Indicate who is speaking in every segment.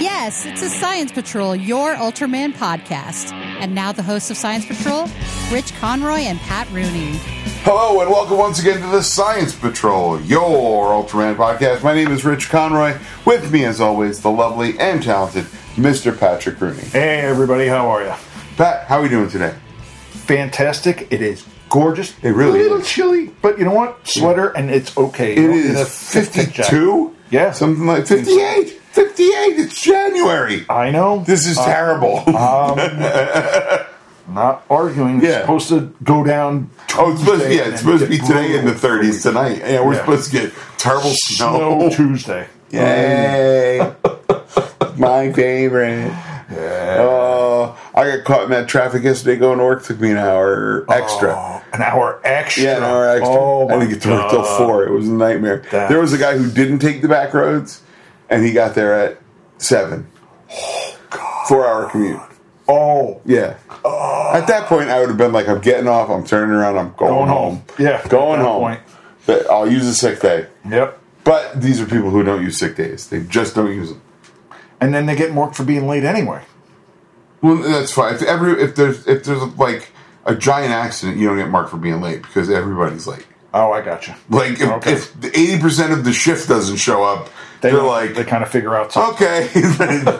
Speaker 1: Yes, it's a Science Patrol, your Ultraman podcast. And now the hosts of Science Patrol, Rich Conroy and Pat Rooney.
Speaker 2: Hello and welcome once again to the Science Patrol, your Ultraman podcast. My name is Rich Conroy. With me, as always, the lovely and talented Mr. Patrick Rooney.
Speaker 3: Hey everybody, how are you?
Speaker 2: Pat, how are we doing today?
Speaker 3: Fantastic. It is gorgeous.
Speaker 2: It really
Speaker 3: a little
Speaker 2: is.
Speaker 3: chilly, but you know what? Sweater and it's okay.
Speaker 2: It
Speaker 3: You don't need a
Speaker 2: is
Speaker 3: thick jacket.
Speaker 2: 52?
Speaker 3: Yeah.
Speaker 2: Something like 58! 58! It's January!
Speaker 3: I know.
Speaker 2: This is terrible.
Speaker 3: uh, not arguing.
Speaker 2: Yeah.
Speaker 3: It's supposed to go down.
Speaker 2: oh, it's supposed,
Speaker 3: Tuesday
Speaker 2: yeah,
Speaker 3: and
Speaker 2: it's supposed to be
Speaker 3: get
Speaker 2: today in the
Speaker 3: brutal.
Speaker 2: 30s tonight. Yeah, we're
Speaker 3: Yeah.
Speaker 2: supposed to get terrible
Speaker 3: Snow
Speaker 2: snow.
Speaker 3: Tuesday. Oh,
Speaker 2: Yay! My favorite. Oh, I got caught in that traffic yesterday going to work. Took me an hour extra.
Speaker 3: Oh, an hour extra.
Speaker 2: Yeah, an hour extra.
Speaker 3: Oh my
Speaker 2: I didn't get to work till
Speaker 3: God.
Speaker 2: four. It was a nightmare.
Speaker 3: That-
Speaker 2: There was a guy who didn't take the back roads, and he got there at seven. Four hour commute.
Speaker 3: Oh,
Speaker 2: Yeah. At that point, I would have been like, I'm getting off. I'm turning around. I'm going,
Speaker 3: Going
Speaker 2: home.
Speaker 3: home. Yeah,
Speaker 2: going
Speaker 3: at that
Speaker 2: home.
Speaker 3: point.
Speaker 2: But I'll use a sick day.
Speaker 3: yep.
Speaker 2: But these are people who don't use sick days. They just don't use them.
Speaker 3: And then they get marked for being late anyway.
Speaker 2: Well, that's fine. If every if there's if there's like a giant accident, you don't get marked for being late because everybody's late.
Speaker 3: Oh, I got you.
Speaker 2: Like if
Speaker 3: Okay.
Speaker 2: if eighty percent of the shift doesn't show up, they are like, "Oh,
Speaker 3: they kind of figure out something.
Speaker 2: okay,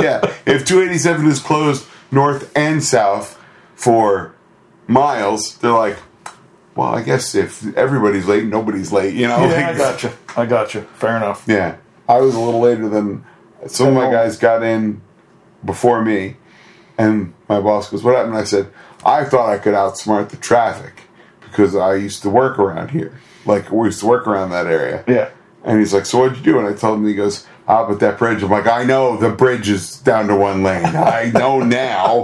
Speaker 2: yeah. If two eighty seven is closed north and south for miles, they're like, well, I guess if everybody's late, nobody's late. You know,
Speaker 3: Yeah, I
Speaker 2: Like,
Speaker 3: got you. I got you. Fair enough.
Speaker 2: yeah, I was a little later than some of my
Speaker 3: Oh.
Speaker 2: guys got in before me, and my boss goes, "What happened?" I said, "I thought I could outsmart the traffic because I used to work around here, like we used to work around that area."
Speaker 3: Yeah.
Speaker 2: And he's like, "So what'd you do?" And I told him. He goes, "Ah, but that bridge." I'm like, "I know the bridge is down to one lane. I know now.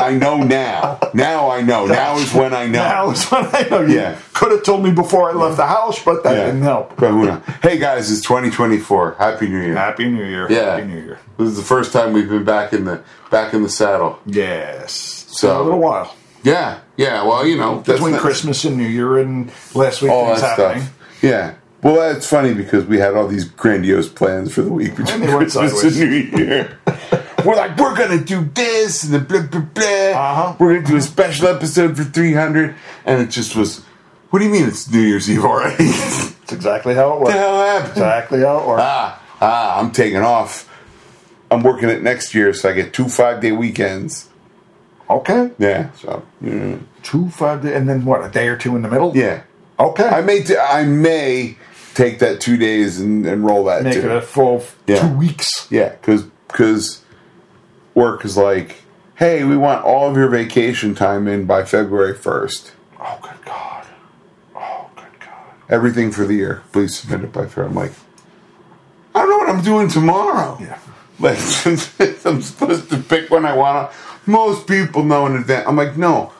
Speaker 2: I know now. Now I know. Now is when I know."
Speaker 3: Now is when I know you
Speaker 2: Yeah.
Speaker 3: could have told me before I left the house, but that
Speaker 2: Yeah.
Speaker 3: didn't help.
Speaker 2: But who knows? Hey guys, it's 2024. Happy New Year.
Speaker 3: Happy New Year.
Speaker 2: Yeah.
Speaker 3: Happy New Year.
Speaker 2: This is the first time we've been back in the back in the saddle.
Speaker 3: Yes.
Speaker 2: So-
Speaker 3: a little while
Speaker 2: Yeah, yeah. Well, you know, that's
Speaker 3: between
Speaker 2: not-
Speaker 3: Christmas and New Year and last week
Speaker 2: all that
Speaker 3: things happening.
Speaker 2: stuff. Yeah. Well, that's funny because we had all these grandiose plans for the week between
Speaker 3: And they went
Speaker 2: Christmas
Speaker 3: sideways.
Speaker 2: and New Year. we're like, we're gonna do this and the blah blah blah.
Speaker 3: Uh-huh.
Speaker 2: We're gonna do a special episode for 300, and it just was. What do you mean it's New Year's Eve already? what
Speaker 3: It's exactly how it
Speaker 2: the
Speaker 3: works.
Speaker 2: hell happened?
Speaker 3: Exactly how it works.
Speaker 2: ah, ah, I'm taking off. I'm working it next year, so I get two five day weekends. Ah.
Speaker 3: Okay.
Speaker 2: Yeah, so yeah.
Speaker 3: Two five day, and then what? A day or two in the middle.
Speaker 2: yeah.
Speaker 3: Okay.
Speaker 2: I may t- I may take that two days and, and roll that.
Speaker 3: Make
Speaker 2: too.
Speaker 3: it a full
Speaker 2: Yeah.
Speaker 3: two weeks.
Speaker 2: Yeah, because work is like, hey, we want all of your vacation time in by February first.
Speaker 3: Oh good God. Oh good God.
Speaker 2: Everything for the year, please submit it by February. I'm like, I don't know what I'm doing tomorrow.
Speaker 3: Yeah.
Speaker 2: Like I'm supposed to pick when I want to. Most people know in advance. I'm like, no,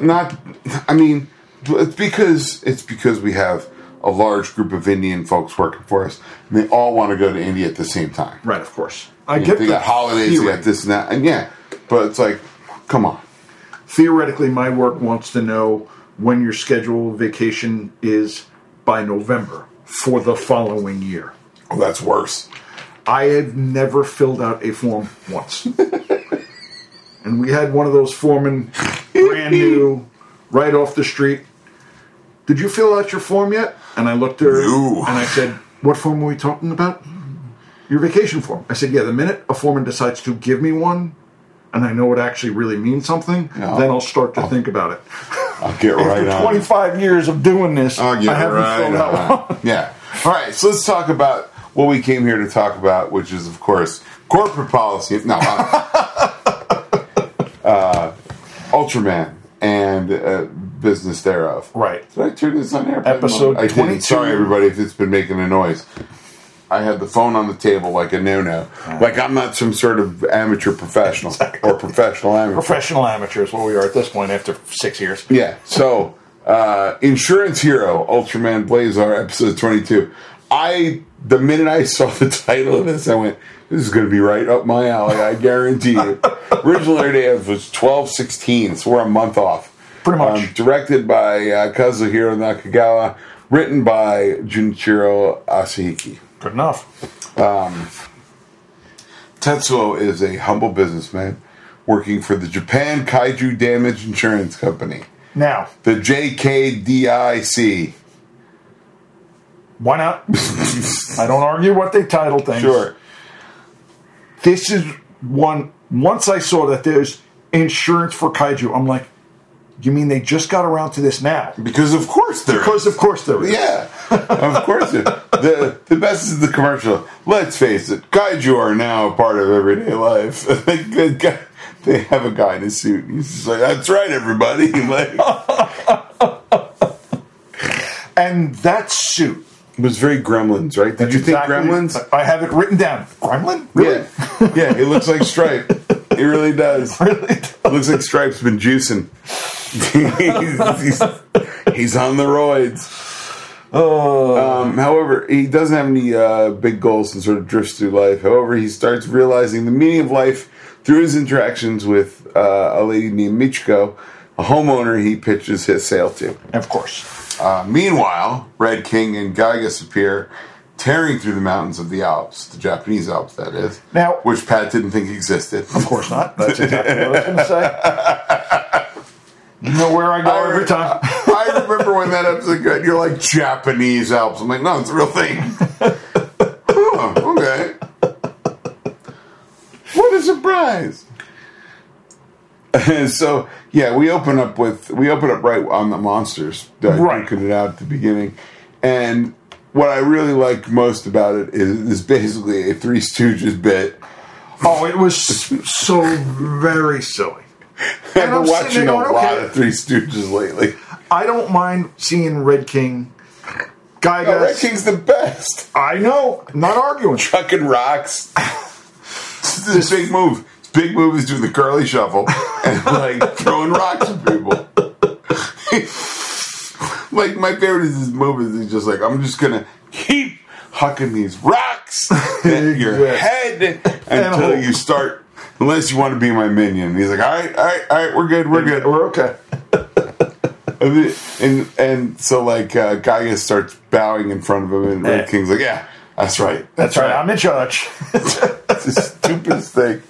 Speaker 2: not. I mean, it's because it's because we have a large group of Indian folks working for us, and they all want to go to India at the same time.
Speaker 3: Right. Of course. I
Speaker 2: They
Speaker 3: get
Speaker 2: got
Speaker 3: that.
Speaker 2: holidays, they got this and that, and yeah. But it's like, come on.
Speaker 3: theoretically, my work wants to know when your scheduled vacation is by November for the following year.
Speaker 2: Oh, that's worse.
Speaker 3: I have never filled out a form once. and we had one of those foremen, brand new, right off the street. Did you fill out your form yet? And I looked at her
Speaker 2: No.
Speaker 3: and I said, What form were we talking about? Your vacation form. I said, Yeah, the minute a foreman decides to give me one and I know it actually really means something,
Speaker 2: Yeah.
Speaker 3: then I'll start to think about it.
Speaker 2: I'll get right
Speaker 3: After
Speaker 2: on.
Speaker 3: 25 years of doing this,
Speaker 2: I'll get
Speaker 3: I haven't
Speaker 2: right
Speaker 3: filled out one.
Speaker 2: on. Yeah. All right. So let's talk about what we came here to talk about, which is, of course, corporate policy. No, uh, Ultraman and uh, business thereof.
Speaker 3: Right.
Speaker 2: Did I turn this on air?
Speaker 3: Episode
Speaker 2: I didn't.
Speaker 3: 22.
Speaker 2: Sorry, everybody, if it's been making a noise. I had the phone on the table like a no-no. Like I'm not some sort of amateur professional or professional amateur.
Speaker 3: Professional amateur is what we are at this point after six years.
Speaker 2: Yeah. So, uh, Insurance Hero, Ultraman Blazar, episode 22. I, the minute I saw the title of this, I went, this is going to be right up my alley. I guarantee you. Original air day was 12 16, so we're a month off. Um,
Speaker 3: Pretty much.
Speaker 2: directed by uh, Kazuhiro Nakagawa, written by Junichiro Asahiki.
Speaker 3: Good enough.
Speaker 2: Tetsuo is a humble businessman working for the Japan Kaiju Damage Insurance Company,
Speaker 3: Now,
Speaker 2: the JKDIC.
Speaker 3: why not? I don't argue what they title things.
Speaker 2: Sure.
Speaker 3: This is one. Once I saw that there's insurance for kaiju, I'm like, you mean they just got around to this now?
Speaker 2: Because of course there
Speaker 3: Because of course there is.
Speaker 2: Yeah, of course. it- the The best is the commercial. Let's face it, kaiju are now a part of everyday life. The guy- they have a guy in a suit. He's just like, "That's right, everybody." Like, it
Speaker 3: And that suit.
Speaker 2: was very Gremlins, right? Did you
Speaker 3: Exactly-
Speaker 2: think Gremlins?
Speaker 3: I have it written down. Gremlin? Really?
Speaker 2: Yeah, yeah. He looks like Stripe. He really does.
Speaker 3: Really?
Speaker 2: Looks like Stripe's been juicing. he's, he's- he's on the roids.
Speaker 3: Oh.
Speaker 2: Um, however, he doesn't have any uh, big goals and sort of drifts through life. However, he starts realizing the meaning of life through his interactions with uh, a lady named Michiko, a homeowner he pitches his sale to.
Speaker 3: Of course.
Speaker 2: Uh, meanwhile, Red King and Gygas appear, tearing through the mountains of the Alps, the Japanese Alps, that is.
Speaker 3: Now-
Speaker 2: which Pat didn't think existed.
Speaker 3: Of course not. That's exactly what I was going to say. You know where I go
Speaker 2: I
Speaker 3: every
Speaker 2: re-
Speaker 3: time.
Speaker 2: I remember when that episode got, you're like Japanese Alps. I'm like, no, it's a real thing. oh, okay. What a surprise. so yeah, we open up with we open up right on the monsters. that I
Speaker 3: Right.
Speaker 2: duking it out at the beginning. And what I really like most about it is, is basically a Three Stooges bit.
Speaker 3: Oh, it was so very silly.
Speaker 2: I've
Speaker 3: I'm
Speaker 2: been
Speaker 3: sitting
Speaker 2: watching
Speaker 3: there
Speaker 2: a
Speaker 3: going,
Speaker 2: lot
Speaker 3: okay.
Speaker 2: of Three Stooges lately.
Speaker 3: I don't mind seeing Red King, Guy
Speaker 2: Oh, Red
Speaker 3: Gus.
Speaker 2: King's the best.
Speaker 3: I know, not arguing.
Speaker 2: chucking rocks. this is a big move. This big move is doing the curly shuffle and like throwing rocks at people. like my favorite is this move is he's just like I'm just gonna keep hucking these rocks at your
Speaker 3: Yes.
Speaker 2: head
Speaker 3: Animal.
Speaker 2: until you start. Unless you want to be my minion, he's like, all right, all right, all right, we're good, we're good.
Speaker 3: We're okay.
Speaker 2: And then- and and so like uh, Gaia starts bowing in front of him, and Red
Speaker 3: Eh.
Speaker 2: King's like, yeah, that's right,
Speaker 3: That's right. I'm in charge.
Speaker 2: that's the stupidest thing.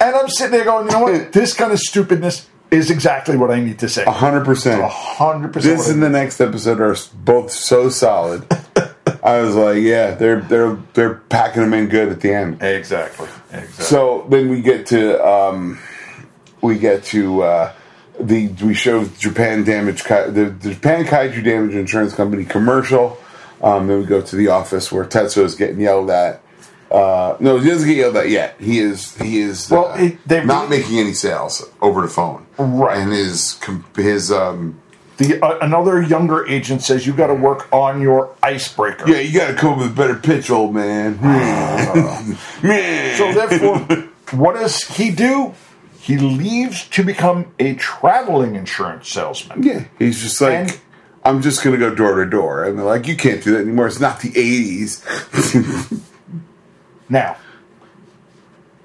Speaker 3: and I'm sitting there going, you know what? This kind of stupidness is exactly what I need to say.
Speaker 2: hundred percent.
Speaker 3: 100%.
Speaker 2: Uh-huh. This and the next episode are both so solid. I was like, yeah, they're they're they're packing them in good at the end.
Speaker 3: Exactly. Exactly.
Speaker 2: So then we get to um, we get to uh, the we show Japan damage Kai- the, the Japan Kaiju Damage Insurance Company commercial. Um, then we go to the office where Tetsuo is getting yelled at. Uh, no, he doesn't get yelled at yet. He is he is
Speaker 3: Well,
Speaker 2: uh,
Speaker 3: it- they-
Speaker 2: not making any sales over the phone,
Speaker 3: Right.
Speaker 2: And his com- his um,
Speaker 3: the, uh, another younger agent says you got to work on your icebreaker.
Speaker 2: Yeah, you gotta come up with a better pitch, old man. man.
Speaker 3: So therefore, what does he do? He leaves to become a traveling insurance salesman.
Speaker 2: yeah, he's just like,
Speaker 3: And-
Speaker 2: I'm just gonna go door to door. And they're like, you can't do that anymore. It's not the 80s.
Speaker 3: Now,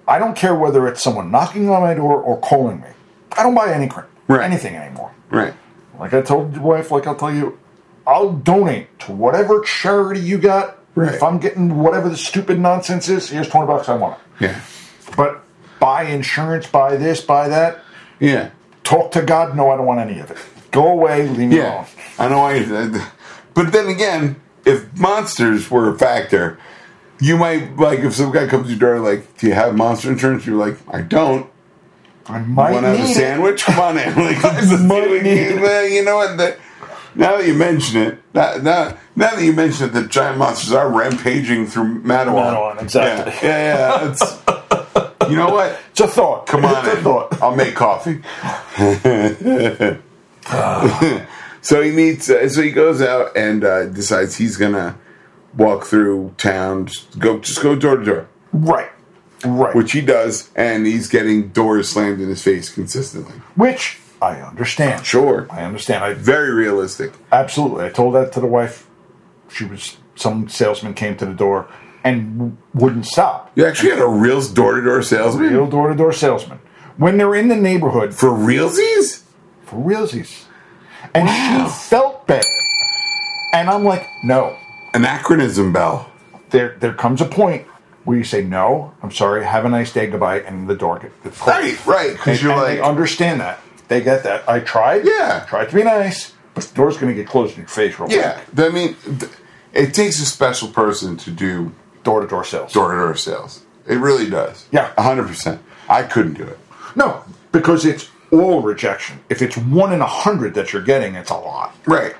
Speaker 3: I don't care whether it's someone knocking on my door or calling me. I don't buy any cr-
Speaker 2: Right.
Speaker 3: anything anymore.
Speaker 2: right.
Speaker 3: Like I told your wife, like I'll tell you, I'll donate to whatever charity you got.
Speaker 2: Right.
Speaker 3: If I'm getting whatever the stupid nonsense is, here's twenty bucks. I want it.
Speaker 2: Yeah.
Speaker 3: But buy insurance, buy this, buy that.
Speaker 2: Yeah.
Speaker 3: Talk to God. No, I don't want any of it. Go away. Leave me
Speaker 2: Yeah.
Speaker 3: alone.
Speaker 2: I know why. you- But then again, if monsters were a factor, you might, like, if some guy comes to your door, like, do you have monster insurance? You're like, I don't.
Speaker 3: I might
Speaker 2: Want to have a
Speaker 3: need it.
Speaker 2: sandwich? Come on, in. Like,
Speaker 3: Might
Speaker 2: you,
Speaker 3: need
Speaker 2: you know what? The, now that you mention it, now, now, now that you mention it, the giant monsters are rampaging through Madawan.
Speaker 3: Madawan, exactly.
Speaker 2: Yeah, yeah. yeah that's, you know what?
Speaker 3: It's a thought.
Speaker 2: Come on
Speaker 3: It's a
Speaker 2: in.
Speaker 3: thought.
Speaker 2: I'll make coffee. so he meets. Uh, so he goes out and uh, decides he's gonna walk through town. Just go, just go door to door,
Speaker 3: Right. Right.
Speaker 2: which he does, and he's getting doors slammed in his face consistently.
Speaker 3: Which I understand.
Speaker 2: Sure.
Speaker 3: I understand. I
Speaker 2: Very realistic.
Speaker 3: absolutely. I told that to the wife. She was some salesman came to the door and w- wouldn't stop.
Speaker 2: You actually had a real door to door salesman
Speaker 3: Real door to door salesman. When they're in the neighborhood
Speaker 2: for
Speaker 3: for,
Speaker 2: realsies?
Speaker 3: for realsies, and she felt bad, and I'm like, no.
Speaker 2: Anachronism bell.
Speaker 3: There there comes a point where you say no, I'm sorry, have a nice day, goodbye, and the door get the closed.
Speaker 2: Right, right,
Speaker 3: And,
Speaker 2: because you're
Speaker 3: and
Speaker 2: like,
Speaker 3: they understand that. They get that. I tried.
Speaker 2: Yeah.
Speaker 3: Tried to be nice, but the door's going to get closed in your face real
Speaker 2: yeah. I mean, th- it takes a special person to do
Speaker 3: quick. Door to door sales.
Speaker 2: door to door sales. It really does.
Speaker 3: Yeah.
Speaker 2: a hundred percent. I couldn't do it.
Speaker 3: No, because it's all rejection. If it's one in a hundred that you're getting, it's a lot.
Speaker 2: Right,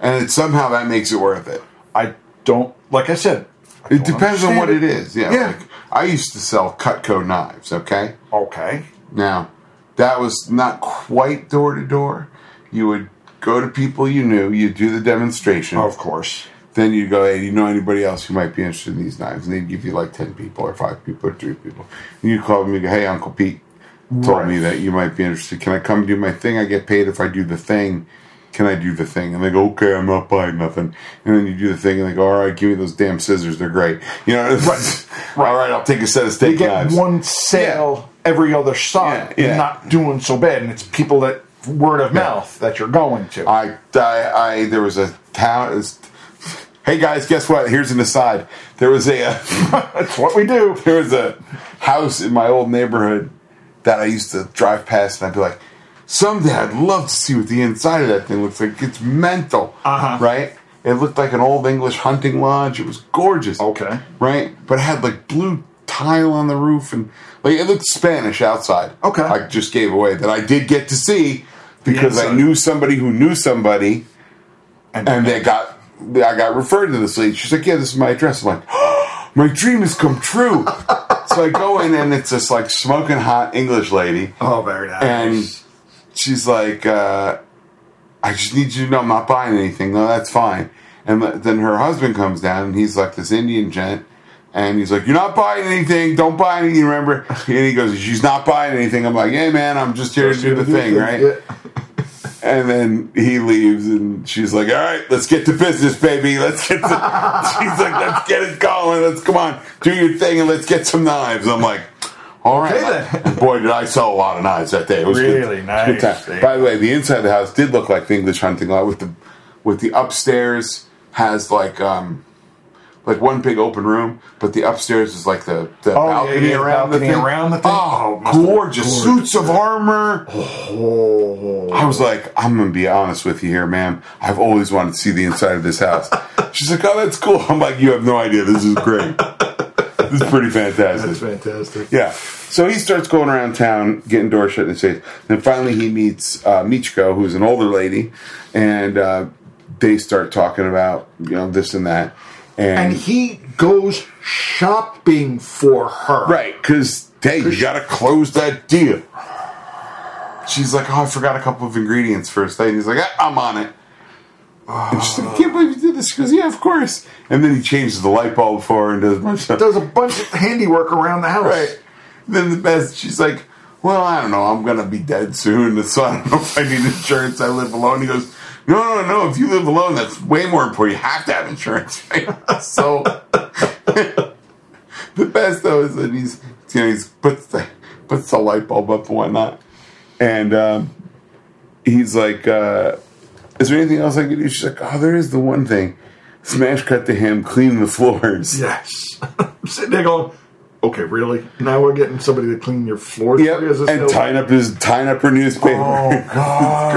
Speaker 2: and it, somehow that makes it worth it.
Speaker 3: I don't. Like I said, I
Speaker 2: It
Speaker 3: don't
Speaker 2: depends on
Speaker 3: understand
Speaker 2: what it is. Yeah.
Speaker 3: Yeah.
Speaker 2: Like, I used to sell Cutco knives. Okay.
Speaker 3: Okay.
Speaker 2: Now, that was not quite door to door. You would go to people you knew, you'd do the demonstration,
Speaker 3: Of course.
Speaker 2: then you'd go, hey, do you know anybody else who might be interested in these knives? And they'd give you like 10 people or 5 people or 3 people. And you'd call them and go, hey, Uncle Pete told me
Speaker 3: Right.
Speaker 2: that you might be interested. Can I come do my thing? I get paid if I do the thing. Can I do the thing? And they go, okay, I'm not buying nothing. And then you do the thing and they go, all right, give me those damn scissors. They're great. You know,
Speaker 3: Right.
Speaker 2: all right, I'll take a set of steak
Speaker 3: You get
Speaker 2: knives.
Speaker 3: one sale every other side.
Speaker 2: Yeah, yeah.
Speaker 3: You're not doing so bad, and it's people that word of mouth that you're going to.
Speaker 2: I, I, I there was a town. it's- hey guys, guess what? Here's an aside. There was a,
Speaker 3: That's what we do.
Speaker 2: there was a house in my old neighborhood that I used to drive past, and I'd be like, someday I'd love to see what the inside of that thing looks like. It's mental,
Speaker 3: Uh-huh.
Speaker 2: right? It looked like an old English hunting lodge. It was gorgeous.
Speaker 3: Okay.
Speaker 2: right? But it had like blue tile on the roof, and like it looked Spanish outside.
Speaker 3: Okay.
Speaker 2: I just gave away that I did get to see because I
Speaker 3: inside.
Speaker 2: knew somebody who knew somebody
Speaker 3: And,
Speaker 2: and they got I got referred to this lady. She's like, "Yeah, this is my address." I'm like, "My dream has come true." so I go in, and it's this like smoking hot English lady,
Speaker 3: oh, very nice.
Speaker 2: and she's like, uh, "I just need you to know I'm not buying anything." No, that's fine. And th- then her husband comes down, and he's like this Indian gent. And he's like, "You're not buying anything. Don't buy anything. Remember?" And he goes, "She's not buying anything." I'm like, "Hey, man, I'm just here to do the thing, right?"
Speaker 3: Yeah.
Speaker 2: And then he leaves, and she's like, "All right, let's get to business, baby. Let's get." To, she's like, "Let's get it going. Let's come on, do your thing, and let's get some knives." I'm like, "All right."
Speaker 3: Okay, then.
Speaker 2: And boy, did I sell a lot of knives that day. It was a
Speaker 3: Really
Speaker 2: it was
Speaker 3: nice.
Speaker 2: a time. By the way, the inside of the house did look like the English hunting lot with the with the upstairs has like um like one big open room, but the upstairs is like the, the
Speaker 3: Oh, yeah,
Speaker 2: balcony,
Speaker 3: yeah,
Speaker 2: around,
Speaker 3: balcony
Speaker 2: the thing.
Speaker 3: around the thing. Oh,
Speaker 2: Oh,
Speaker 3: it must have been
Speaker 2: gorgeous.
Speaker 3: gorgeous.
Speaker 2: Suits of armor.
Speaker 3: Oh.
Speaker 2: I was like, I'm gonna be honest with you here, ma'am. I've always wanted to see the inside of this house. She's like, Oh, that's cool. I'm like, You have no idea. This is great. this is pretty fantastic.
Speaker 3: That's fantastic.
Speaker 2: Yeah. So he starts going around town, getting doors shut in his face. Then finally he meets uh, Michiko, who's an older lady, and uh, they start talking about you know this and that, and,
Speaker 3: And he goes shopping for her.
Speaker 2: right because hey, you gotta close that deal. She's like, oh, I forgot a couple of ingredients first thing. He's like, "Ah, I'm on it. And she's like, I can't believe you did this. She goes, yeah, of course. And then he changes the light bulb for her and does a bunch of stuff.
Speaker 3: Does a bunch of handiwork around the house.
Speaker 2: Right. Then the best, she's like, Well, I don't know. I'm going to be dead soon. So I don't know if I need insurance. I live alone. He goes, No, no, no. If you live alone, that's way more important. You have to have insurance. Right? so the best, though, is that he's, you know, he's puts the, puts the light bulb up and whatnot. And um, he's like, uh, Is there anything else I can do? She's like, Oh, there is the one thing. Smash cut to him, clean the floors.
Speaker 3: Yes. I'm sitting there going, okay, really? Now we're getting somebody to clean your floors
Speaker 2: Yep,
Speaker 3: for you? Is this
Speaker 2: and
Speaker 3: no-
Speaker 2: tying up his tying up her newspaper.
Speaker 3: Oh, God.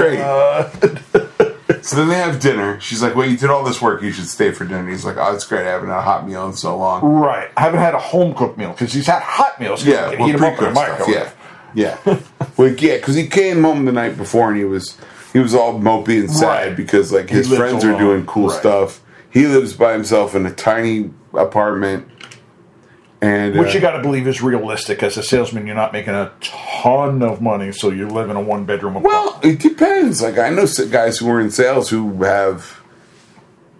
Speaker 2: great. so then they have dinner. She's like, "Well, you did all this work. You should stay for dinner." And he's like, "Oh, it's great. I haven't had a hot meal in so long."
Speaker 3: Right. I haven't had a home cooked meal because he's had hot meals. 'cause
Speaker 2: Yeah,
Speaker 3: he
Speaker 2: well,
Speaker 3: can eat 'em up in
Speaker 2: pre-cooked
Speaker 3: the
Speaker 2: stuff. Yeah,
Speaker 3: microwave.
Speaker 2: yeah. well, yeah, because he came home the night before and he was he was all mopey and sad
Speaker 3: Right.
Speaker 2: because like his
Speaker 3: lives
Speaker 2: friends are
Speaker 3: alone.
Speaker 2: doing cool
Speaker 3: Right.
Speaker 2: stuff. He lives by himself in a tiny apartment, and
Speaker 3: Which
Speaker 2: uh,
Speaker 3: you got to believe is realistic. As a salesman, you're not making a ton of money, so you live in a one bedroom apartment.
Speaker 2: Well, it depends. Like I know s- guys who are in sales who have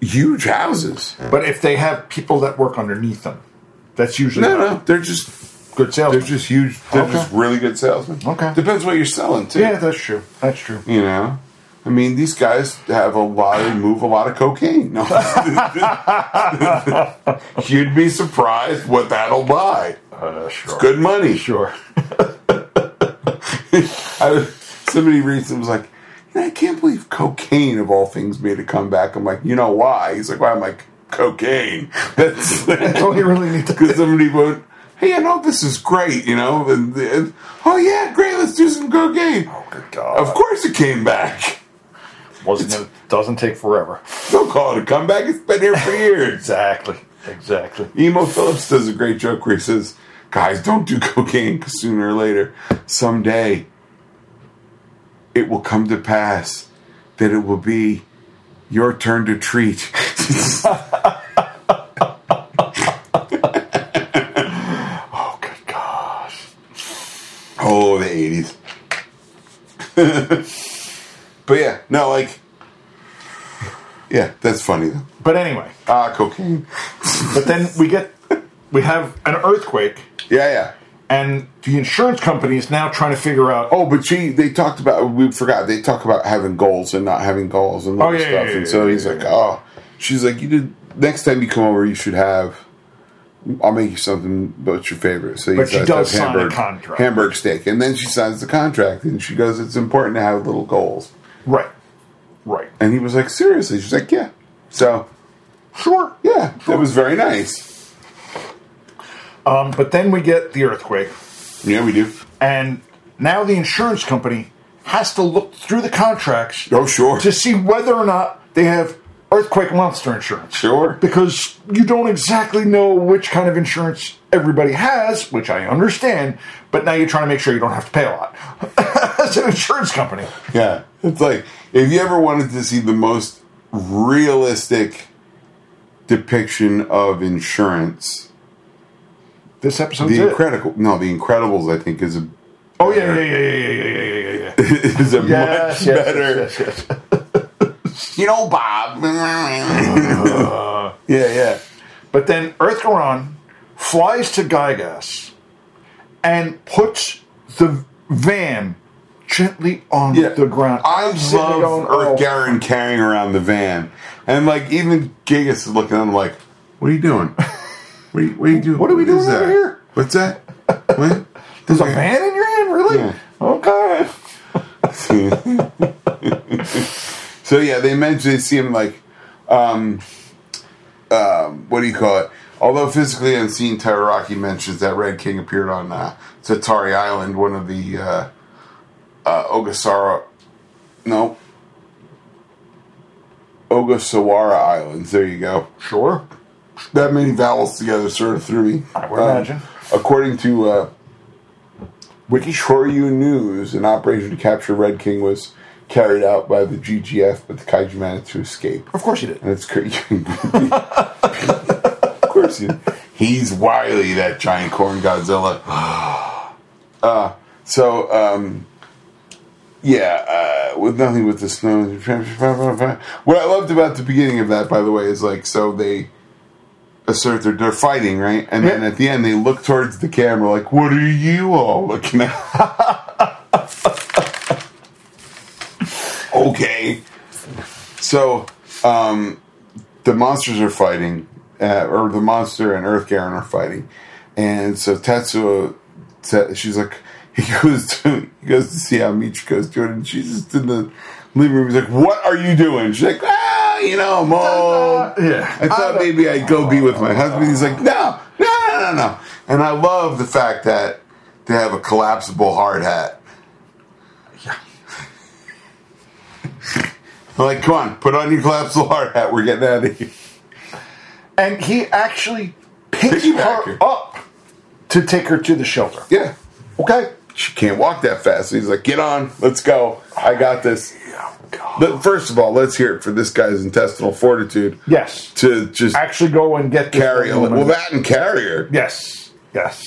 Speaker 2: huge houses.
Speaker 3: but if they have people that work underneath them, that's usually
Speaker 2: No, no, they're just
Speaker 3: good
Speaker 2: they're
Speaker 3: salesman.
Speaker 2: just huge. They're
Speaker 3: Okay.
Speaker 2: just really good salesmen.
Speaker 3: Okay.
Speaker 2: depends what you're selling to.
Speaker 3: yeah, that's true. That's true.
Speaker 2: you know. I mean, these guys have a lot of move a lot of cocaine. No. You'd be surprised what that'll buy.
Speaker 3: Uh, sure.
Speaker 2: Good money.
Speaker 3: Sure.
Speaker 2: I was, somebody recently was like, "You know, I can't believe cocaine of all things made a comeback. I'm like, you know why? He's like, why? I'm like, cocaine. That's because
Speaker 4: Don't you really need to?
Speaker 2: somebody went, hey, I know this is great, you know? And, and, oh, yeah, great, let's do some cocaine.
Speaker 3: Oh, good God.
Speaker 2: Of course it came back.
Speaker 3: Wasn't it? Doesn't take forever.
Speaker 2: Don't call it a comeback, it's been here for years.
Speaker 3: Exactly. Exactly.
Speaker 2: Emo Phillips does a great joke where he says, guys, don't do cocaine 'cause sooner or later, someday, it will come to pass that it will be your turn to treat.
Speaker 3: Oh, good gosh.
Speaker 2: Oh, the eighties. but yeah, no, like, yeah, that's funny though.
Speaker 3: But anyway,
Speaker 2: Ah, cocaine.
Speaker 3: but then we get, we have an earthquake,
Speaker 2: Yeah, yeah.
Speaker 3: and the insurance company is now trying to figure out. Oh,
Speaker 2: Oh, but she, they talked about. We forgot. They talk about having goals and not having goals and all
Speaker 3: Oh,
Speaker 2: this
Speaker 3: yeah,
Speaker 2: stuff.
Speaker 3: yeah, yeah,
Speaker 2: and so
Speaker 3: yeah,
Speaker 2: he's
Speaker 3: yeah,
Speaker 2: like,
Speaker 3: yeah.
Speaker 2: oh, she's like, you did. Next time you come over, you should have. I'll make you something that's your favorite. So he
Speaker 3: But she
Speaker 2: decides to
Speaker 3: does
Speaker 2: have
Speaker 3: sign a
Speaker 2: hamburg-
Speaker 3: contract.
Speaker 2: Hamburg steak, and then she signs the contract, and she goes, "It's important to have little goals."
Speaker 3: right, right,
Speaker 2: And he was like, seriously? She's like, yeah. So,
Speaker 3: sure,
Speaker 2: yeah, it was very nice.
Speaker 3: Um, but then we get the earthquake,
Speaker 2: Yeah, we do.
Speaker 3: and now the insurance company has to look through the contracts
Speaker 2: Oh, sure.
Speaker 3: to see whether or not they have earthquake monster insurance.
Speaker 2: Sure.
Speaker 3: Because you don't exactly know which kind of insurance everybody has, which I understand, but now you're trying to make sure you don't have to pay a lot as an insurance company.
Speaker 2: Yeah. It's like, if you ever wanted to see the most realistic depiction of insurance,
Speaker 3: This episode's
Speaker 2: The
Speaker 3: it.
Speaker 2: Incredible. No, The Incredibles, I think, is a.
Speaker 3: oh yeah, yeah, yeah, yeah, yeah, yeah, yeah, yeah, yeah.
Speaker 2: Is a much
Speaker 3: Yes, yes, yes,
Speaker 2: better.
Speaker 3: yes, yes, yes.
Speaker 2: You know, Bob.
Speaker 3: Uh-huh.
Speaker 2: yeah, yeah.
Speaker 3: But then Earthgoron flies to Gygas and puts the van gently on
Speaker 2: Yeah.
Speaker 3: the ground.
Speaker 2: I
Speaker 3: I'm sitting there
Speaker 2: love
Speaker 3: going,
Speaker 2: Earth
Speaker 3: oh,
Speaker 2: Garen carrying around the van. And like even Gigas is looking at him like, What are you doing? What are you, what are you doing?
Speaker 3: What are we
Speaker 2: is
Speaker 3: doing over
Speaker 2: that?
Speaker 3: here?"
Speaker 2: What's that? What?
Speaker 3: There's a van in your hand, really?
Speaker 2: Yeah.
Speaker 3: Okay.
Speaker 2: so yeah, they mentioned they see him like um um what do you call it? Although physically unseen, Tairaki mentions that Red King appeared on uh, Tatari Island, one of the uh, uh, Ogasara, no, Ogasawara Islands. There you go.
Speaker 3: Sure.
Speaker 2: that many vowels together sort of threw me. Um,
Speaker 3: I would imagine.
Speaker 2: According to uh, Wikishoryu News, an operation to capture Red King was carried out by the GGF, but the kaiju managed to escape.
Speaker 3: Of course you did.
Speaker 2: And it's crazy. of course he He's wily, that giant corn Godzilla. uh, so, um, yeah, uh, with nothing with the snow. What I loved about the beginning of that, by the way, is like, so they assert they're, they're fighting, right? And then
Speaker 3: Yeah.
Speaker 2: at the end, they look towards the camera like, what are you all looking at? okay. So, um, the monsters are fighting, uh, or the monster and Earth Garen are fighting, and so Tetsuo, te- she's like, he goes to he goes to see how Michiko's doing, and she's just in the living room. He's like, "What are you doing?" She's like, "Ah, you know, mom.
Speaker 3: Yeah.
Speaker 2: I thought maybe I'd go be with my husband." He's like, "No, no, no, no, no." And I love the fact that they have a collapsible hard hat. I'm like, come on, put on your collapsible hard hat. We're getting out of here.
Speaker 3: And he actually picks
Speaker 2: Piggyback
Speaker 3: her
Speaker 2: her.
Speaker 3: up to take her to the shelter.
Speaker 2: Yeah.
Speaker 3: Okay.
Speaker 2: She can't walk that fast. So he's like, get on, let's go. I got this. But first of all, let's hear it for this guy's intestinal fortitude
Speaker 3: Yes.
Speaker 2: to just
Speaker 3: Actually go and get this
Speaker 2: carry a
Speaker 3: woman.
Speaker 2: Well, that and carry her.
Speaker 3: Yes. Yes.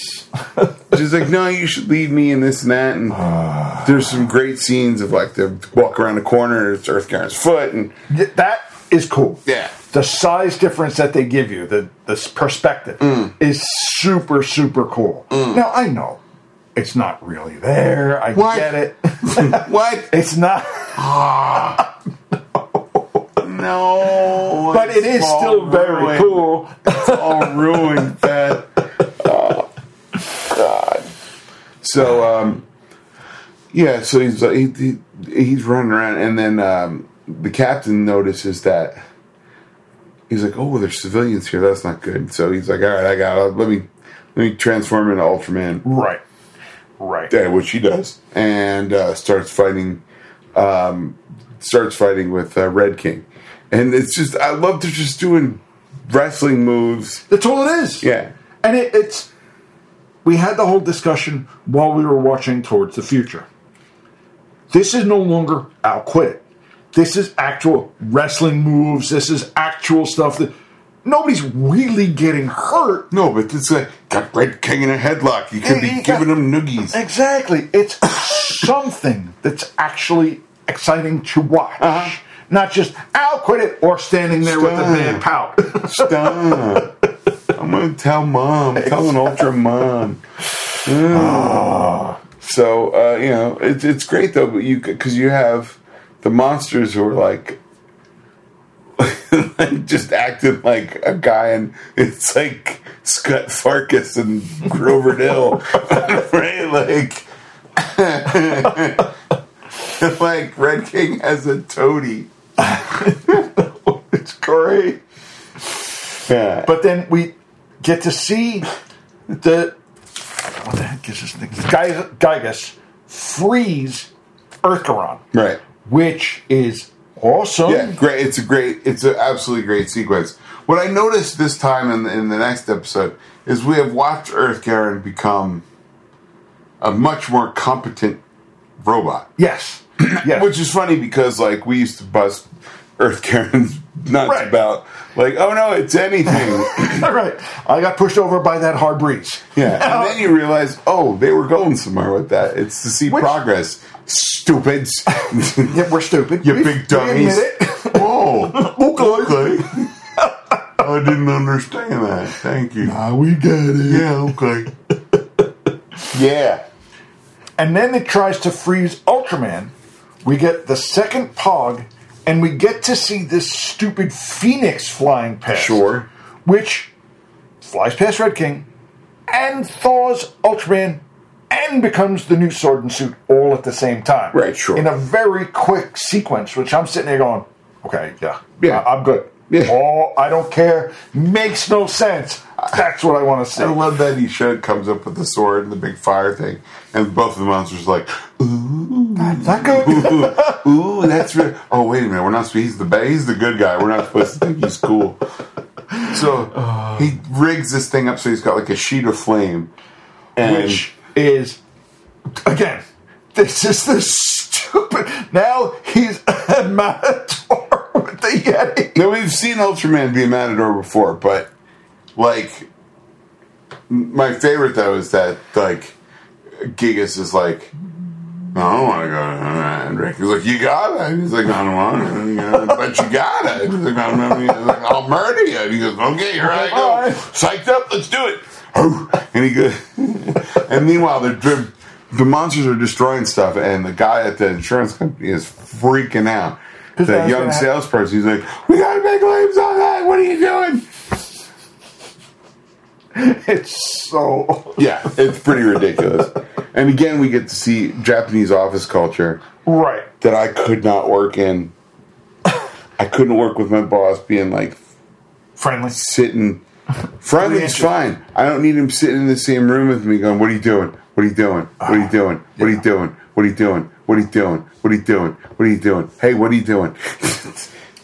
Speaker 2: She's like, no, you should leave me and this and that. And there's some great scenes of like the walk around the corner, it's Earth Garen's foot. And
Speaker 3: Th- that is cool.
Speaker 2: Yeah.
Speaker 3: The size difference that they give you, the this perspective,
Speaker 2: Mm.
Speaker 3: is super super cool. Now I know it's not really there. I
Speaker 2: What?
Speaker 3: get it.
Speaker 2: what?
Speaker 3: It's not,
Speaker 2: No.
Speaker 3: but it
Speaker 2: it's
Speaker 3: is
Speaker 2: all
Speaker 3: still very
Speaker 2: ruined.
Speaker 3: cool.
Speaker 2: It's all ruined, Pat. Oh, God. So, um, yeah, so he's like, he, he, he's running around, and then um, the captain notices that He's like, oh, there's civilians here. That's not good. So he's like, all right, I got it. Let me let me transform into Ultraman.
Speaker 3: Right. Right.
Speaker 2: Yeah, which he does, and uh, starts fighting, um, starts fighting with uh, Red King, and it's just I love they're just doing wrestling moves.
Speaker 3: That's all it is.
Speaker 2: Yeah,
Speaker 3: And it, it's we had the whole discussion while we were watching towards the future. This is no longer I'll quit it. This is actual wrestling moves. This is actual stuff that nobody's really getting hurt.
Speaker 2: no, but it's like got Red King in a headlock. You could
Speaker 3: Yeah,
Speaker 2: be
Speaker 3: he got-
Speaker 2: giving him noogies.
Speaker 3: Exactly. It's something that's actually exciting to watch.
Speaker 2: Uh-huh.
Speaker 3: Not just I'll quit it or standing there with a
Speaker 2: Stop.
Speaker 3: man pout.
Speaker 2: Stop. I'm gonna tell mom. Tell an ultra mom. Ugh. so uh, you know it's it's great though, but you because you have the monsters who are like just acting like a guy, and it's like Scott Farkas and Grover Dill, right? Like. like Red King has a toady.
Speaker 3: it's great.
Speaker 2: Yeah.
Speaker 3: But then we get to see the what the heck is this thing? Gy- Gygas freeze Earthgaron,
Speaker 2: right.
Speaker 3: which is awesome.
Speaker 2: Yeah, great. It's a great. It's an absolutely great sequence. What I noticed this time in the, in the next episode is we have watched Earth Garen become a much more competent robot,
Speaker 3: Yes. yes.
Speaker 2: which is funny because like we used to bust Earth Garen's nuts
Speaker 3: Right.
Speaker 2: about like, oh no, it's anything.
Speaker 3: All right. I got pushed over by that hard breeze.
Speaker 2: yeah, and then you realize, oh, they were going somewhere with that. It's to see
Speaker 3: Which-
Speaker 2: progress, stupids.
Speaker 3: Yeah, we're stupid.
Speaker 2: You
Speaker 3: We- we
Speaker 2: big dummies.
Speaker 3: admit it.
Speaker 2: Oh, okay. I didn't understand that. Thank you.
Speaker 3: Ah, we get it.
Speaker 2: Yeah, okay. yeah.
Speaker 3: And then it tries to freeze Ultraman. We get the second Pog, and we get to see this stupid Phoenix flying past.
Speaker 2: Sure.
Speaker 3: which flies past Red King and thaws Ultraman and becomes the new sword and suit all at the same time.
Speaker 2: Right, sure.
Speaker 3: In a very quick sequence, which I'm sitting there going, okay, yeah,
Speaker 2: Yeah.
Speaker 3: I- am good.
Speaker 2: Yeah.
Speaker 3: Oh, I don't care. Makes no sense. That's what I want to see.
Speaker 2: I love that he should comes up with the sword and the big fire thing, and both of the monsters are like,
Speaker 3: Not good.
Speaker 2: ooh, ooh, that's real. Oh, wait a minute, we're not. sp- He's the ba- he's the good guy. We're not supposed to think he's cool. So he rigs this thing up so he's got like a sheet of flame, and
Speaker 3: Which is, again, this is the stupid. Now he's a matador with the Yeti.
Speaker 2: Now we've seen Ultraman be a matador before, but like m- my favorite though is that like Gigas is like, "No, I don't want to go to that. And Rick is like, you gotta. And he's like, I don't want to. You know, but you gotta. And he's like, I don't know. He's like, I'll murder you. And he goes, okay, here I
Speaker 3: All
Speaker 2: go.
Speaker 3: right.
Speaker 2: Psyched up, let's do it. And he goes, and meanwhile, they're dri- the monsters are destroying stuff, and the guy at the insurance company is freaking out. The
Speaker 3: that's
Speaker 2: young
Speaker 3: gonna happen.
Speaker 2: salesperson, he's like, "We gotta make claims on that. What are you doing?"
Speaker 3: It's so
Speaker 2: Yeah, it's pretty ridiculous. And again, we get to see Japanese office culture
Speaker 3: right.
Speaker 2: that I could not work in. I couldn't work with my boss being like
Speaker 3: friendly.
Speaker 2: sitting. Friendly is fine. I don't need him sitting in the same room with me going, What are you doing? What are you doing? What are you doing? What are you doing? What are you doing? What are you doing? What are you doing? What are you doing? Hey, what are you doing?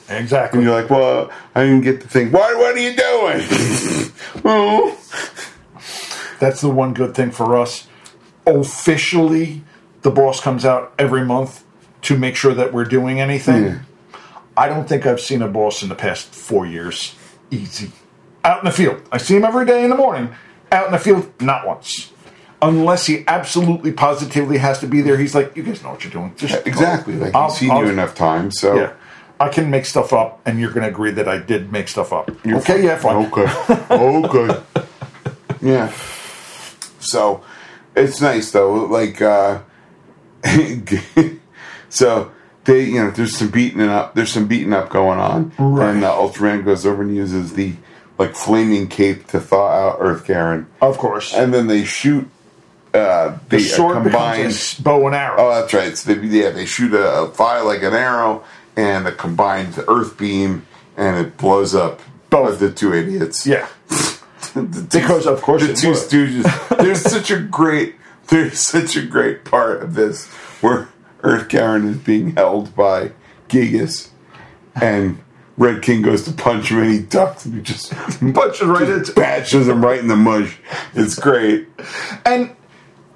Speaker 3: Exactly.
Speaker 2: And you're like, Well, I didn't get the thing. What, what are you doing? oh.
Speaker 3: That's the one good thing for us. Officially, the boss comes out every month to make sure that we're doing anything. I don't think I've seen a boss in the past four years. Easy. Out in the field. I see him every day in the morning. Out in the field, not once. Unless he absolutely positively has to be there. He's like, you guys know what you're doing. Just go."
Speaker 2: Exactly. Like,
Speaker 3: I'll-
Speaker 2: I've seen
Speaker 3: I'll-
Speaker 2: you enough times, so.
Speaker 3: Yeah. I can make stuff up, and you're going to agree that I did make stuff up.
Speaker 2: You're
Speaker 3: okay,
Speaker 2: fine.
Speaker 3: yeah, fine.
Speaker 2: Okay. okay. Yeah. So it's nice though. Like uh so they you know, there's some beating up there's some beating up going on. And uh, Ultraman goes over and uses the like flaming cape to thaw out Earth Karen.
Speaker 3: Of course.
Speaker 2: And then they shoot uh they
Speaker 3: Oh, the sword becomes a
Speaker 2: combine
Speaker 3: s- bow and arrow.
Speaker 2: Oh, that's right. So they, yeah, they shoot a, a fire like an arrow and a combined earth beam, and it blows up of the two idiots.
Speaker 3: Yeah.
Speaker 2: The two-
Speaker 3: Because of course
Speaker 2: the
Speaker 3: it
Speaker 2: two
Speaker 3: would.
Speaker 2: Stooges. There's such a great, there's such a great part of this where Earth Karen is being held by Gigas, and Red King goes to punch him, and he ducks, and he just
Speaker 4: Punches right into.
Speaker 2: bashes him right in the mush. It's great.
Speaker 3: And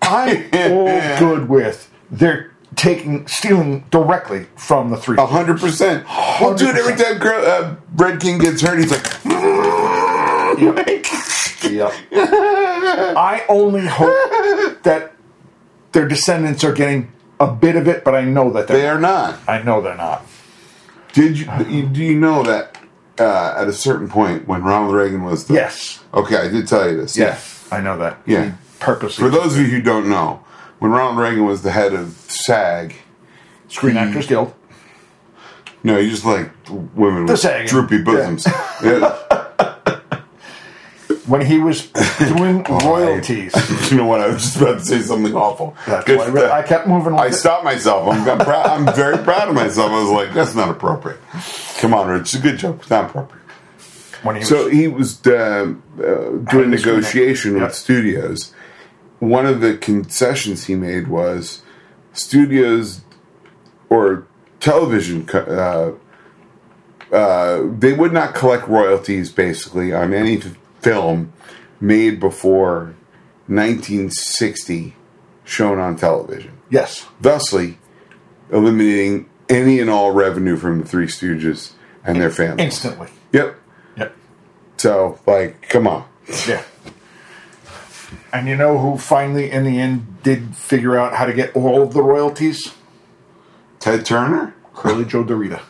Speaker 3: I'm all good with they're taking stealing directly from the three.
Speaker 2: A hundred percent. Well, dude, every time girl, uh, Red King gets hurt, he's like, "Mm."
Speaker 3: Yep. I only hope that their descendants are getting a bit of it, but I know that they're.
Speaker 2: they are not.
Speaker 3: I know they're not.
Speaker 2: Did you, you do you know that uh, at a certain point when Ronald Reagan was the
Speaker 3: Yes.
Speaker 2: Okay, I did tell you this.
Speaker 3: Yeah, I know that.
Speaker 2: Yeah.
Speaker 3: He Purposely.
Speaker 2: For those of you who don't know, when Ronald Reagan was the head of SAG,
Speaker 3: Screen Actors Guild.
Speaker 2: no, he just like women with
Speaker 3: SAG.
Speaker 2: droopy bosoms. Yeah.
Speaker 3: When he was doing
Speaker 2: Oh,
Speaker 3: royalties.
Speaker 2: you know what? I was just about to say something awful.
Speaker 3: That's
Speaker 2: Good
Speaker 3: why I, re-
Speaker 2: stuff.
Speaker 3: I kept moving with
Speaker 2: I
Speaker 3: it.
Speaker 2: stopped myself. I'm, I'm, proud, I'm very proud of myself. I was like, that's not appropriate. Come on, Rich. It's a good joke. It's not appropriate.
Speaker 3: when he was
Speaker 2: So he was uh, uh, doing
Speaker 3: the screen
Speaker 2: negotiation
Speaker 3: name.
Speaker 2: with
Speaker 3: Yep.
Speaker 2: studios. One of the concessions he made was studios or television. co- Uh, uh, they would not collect royalties basically on any f- film made before 1960 shown on television
Speaker 3: yes.
Speaker 2: thusly eliminating any and all revenue from the Three Stooges and their families.
Speaker 3: Instantly.
Speaker 2: Yep.
Speaker 3: Yep.
Speaker 2: So, like, come on.
Speaker 3: Yeah. And you know who finally, in the end, did figure out how to get all of the royalties?
Speaker 2: Ted Turner?
Speaker 3: Curly Joe Dorita.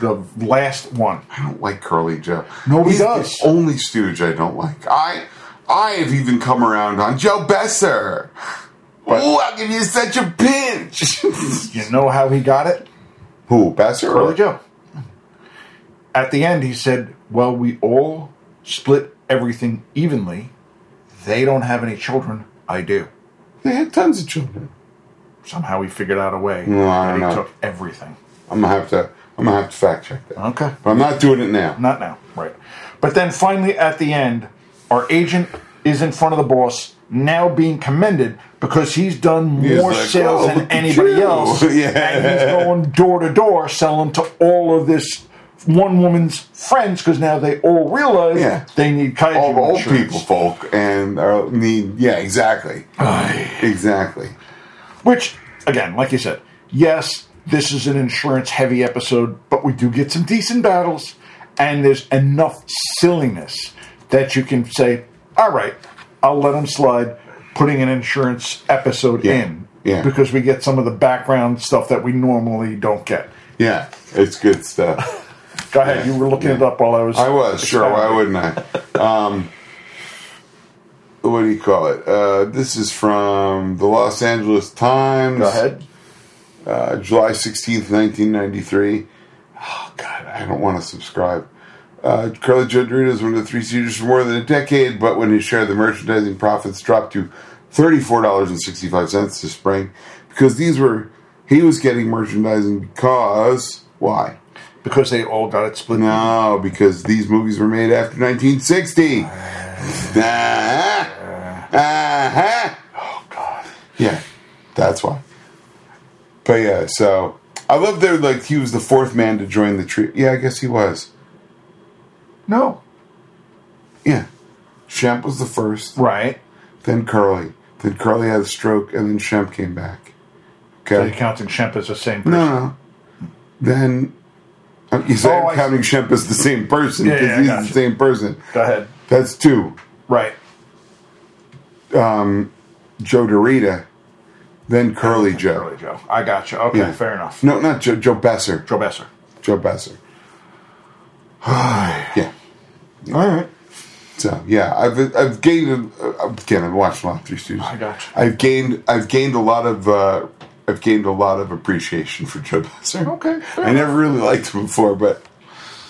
Speaker 3: The last one.
Speaker 2: I don't like Curly Joe.
Speaker 3: Nobody
Speaker 2: He's
Speaker 3: does.
Speaker 2: The only Stooge I don't like. I I have even come around on Joe Besser. Ooh, I'll give you such a pinch.
Speaker 3: You know how he got it?
Speaker 2: Who, Besser? or-
Speaker 3: Curly Joe. At the end, he said, Well, we all split everything evenly. They don't have any children. I do.
Speaker 2: They had tons of children.
Speaker 3: Somehow he figured out a way
Speaker 2: No, I
Speaker 3: that he
Speaker 2: don't know.
Speaker 3: took everything.
Speaker 2: I'm gonna have to I'm gonna have to fact check that.
Speaker 3: Okay.
Speaker 2: But I'm not doing it now.
Speaker 3: Not now, right. But then finally at the end, our agent is in front of the boss, now being commended because he's done
Speaker 2: He's
Speaker 3: more
Speaker 2: like,
Speaker 3: sales
Speaker 2: "Oh,
Speaker 3: than
Speaker 2: look at
Speaker 3: anybody
Speaker 2: you."
Speaker 3: else.
Speaker 2: Yeah.
Speaker 3: And he's going door to door selling to all of this one woman's friends because now they all realize
Speaker 2: Yeah.
Speaker 3: they need kaiju
Speaker 2: all the old
Speaker 3: insurance.
Speaker 2: people folk and are, need yeah exactly exactly
Speaker 3: Which, again, like you said, yes, this is an insurance heavy episode, but we do get some decent battles, and there's enough silliness that you can say, all right, I'll let them slide, putting an insurance episode
Speaker 2: Yeah,
Speaker 3: in.
Speaker 2: yeah.
Speaker 3: Because we get some of the background stuff that we normally don't get.
Speaker 2: yeah it's good stuff
Speaker 3: Go ahead, you were looking it up while I was.
Speaker 2: i was sure why wouldn't i um what do you call it uh this is from the los angeles times
Speaker 3: Go ahead.
Speaker 2: uh, July 16th, 1993. Oh, God, I don't want to subscribe. Uh, Curly Joe Dorito is one of the three Stooges for more than a decade, but when his share of the merchandising profits dropped to $34.65 this spring, because these were, he was getting merchandising because, why?
Speaker 3: Because they all got it split.
Speaker 2: No, because these movies were made after 1960. Uh-huh. Uh-huh.
Speaker 3: Oh, God.
Speaker 2: Yeah, that's why. But yeah, so I love that like he was the fourth man to join the trio. Yeah, I guess he was.
Speaker 3: No.
Speaker 2: Yeah, Shemp was the first,
Speaker 3: Right.
Speaker 2: then Curly, then Curly had a stroke, and then Shemp came back.
Speaker 3: Are you
Speaker 2: Okay,
Speaker 3: counting Shemp as the same person?
Speaker 2: no, no. Then uh, you say
Speaker 3: Oh, I
Speaker 2: I'm counting Shemp as the same person
Speaker 3: Yeah,
Speaker 2: because
Speaker 3: yeah, I
Speaker 2: he's
Speaker 3: gotcha.
Speaker 2: the same person.
Speaker 3: Go ahead.
Speaker 2: That's two.
Speaker 3: Right.
Speaker 2: Joe Dorita, then Curly Joe.
Speaker 3: Curly Joe. I got you. Okay,
Speaker 2: Yeah.
Speaker 3: fair enough.
Speaker 2: No, not Joe. Joe Besser.
Speaker 3: Joe Besser.
Speaker 2: Joe Besser. yeah.
Speaker 3: All right.
Speaker 2: So yeah, I've I've gained uh, again. I've watched a lot of Three Stooges.
Speaker 3: I gotcha.
Speaker 2: I've gained I've gained a lot of uh, I've gained a lot of appreciation for Joe Besser.
Speaker 3: Okay, fair
Speaker 2: I never really liked him before, but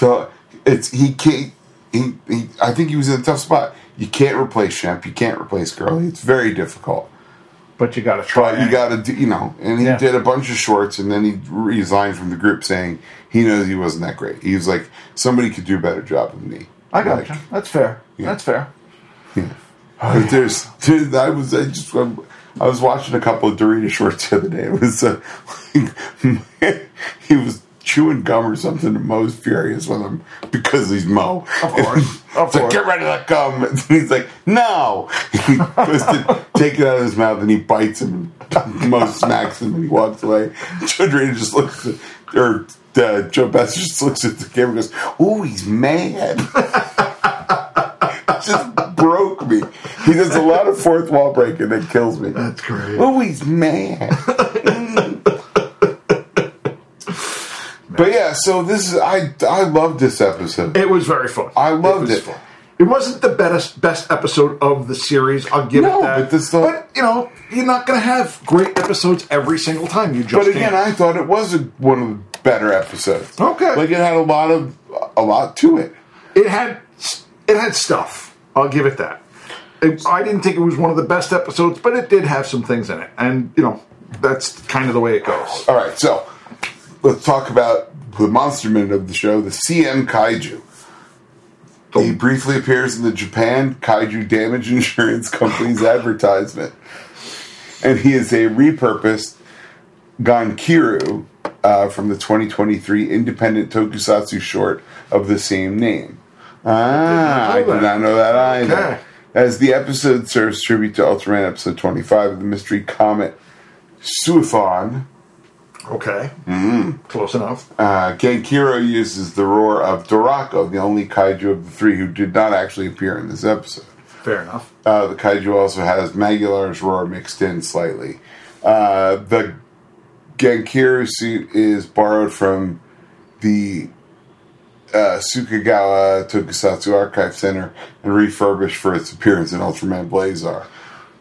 Speaker 2: the it's he can't. He, he, I think he was in a tough spot. You can't replace Shemp. You can't replace Gurley. It's very difficult.
Speaker 3: But you got to try.
Speaker 2: But you got to, do you know, and he
Speaker 3: Yeah.
Speaker 2: did a bunch of shorts, and then he resigned from the group, saying he knows he wasn't that great. He was like, somebody could do a better job than me.
Speaker 3: I got
Speaker 2: Like,
Speaker 3: you. That's fair. That's fair.
Speaker 2: But there's, dude, I was, I just, i was watching a couple of Dorita shorts the other day. It was, uh, like, he was chewing gum or something, and Mo's furious with him because he's Mo.
Speaker 3: Of course. Of
Speaker 2: It's like,
Speaker 3: course.
Speaker 2: get rid of that gum. And he's like, no. He goes to take it out of his mouth and he bites him. And Mo smacks him and he walks away. Joe Dorita just looks at, or uh, Joe Best just looks at the camera and goes, ooh, he's mad just broke me. He does a lot of fourth wall breaking that kills me.
Speaker 4: That's great.
Speaker 2: Oh, he's mad. but yeah, so this is I I loved this episode.
Speaker 3: It was very fun.
Speaker 2: I loved
Speaker 4: was
Speaker 2: it.
Speaker 4: fun. It wasn't the best best episode of the series. I'll give
Speaker 2: No,
Speaker 4: it that.
Speaker 2: but this-
Speaker 4: But, you know, you're not going to have great episodes every single time. You just
Speaker 2: But again,
Speaker 4: can't.
Speaker 2: I thought it was a, one of the better episodes.
Speaker 4: Okay.
Speaker 2: like it had a lot of a lot to it.
Speaker 4: it had it had stuff. I'll give it that. It, I didn't think it was one of the best episodes, but it did have some things in it, and you know that's kind of the way it goes.
Speaker 2: All right, so let's talk about the monster minute of the show, the CM Kaiju. He briefly appears in the Japan Kaiju Damage Insurance Company's advertisement. And he is a repurposed Gonkiru uh, from the 2023 independent tokusatsu short of the same name. Ah, I
Speaker 4: Did not know that.
Speaker 2: did not know that either.
Speaker 4: Okay.
Speaker 2: As the episode serves tribute to Ultraman episode 25 of the mystery comet Suifon,
Speaker 4: Okay,
Speaker 2: Mm-hmm.
Speaker 3: Close enough.
Speaker 2: uh, Genkiro uses the roar of Dorako, the only kaiju of the three who did not actually appear in this episode.
Speaker 3: Fair enough.
Speaker 2: Uh, the kaiju also has Magular's roar mixed in slightly. Uh, the Genkiru suit is borrowed from the uh, Tsukagawa Tokusatsu Archive Center and refurbished for its appearance in Ultraman Blazar.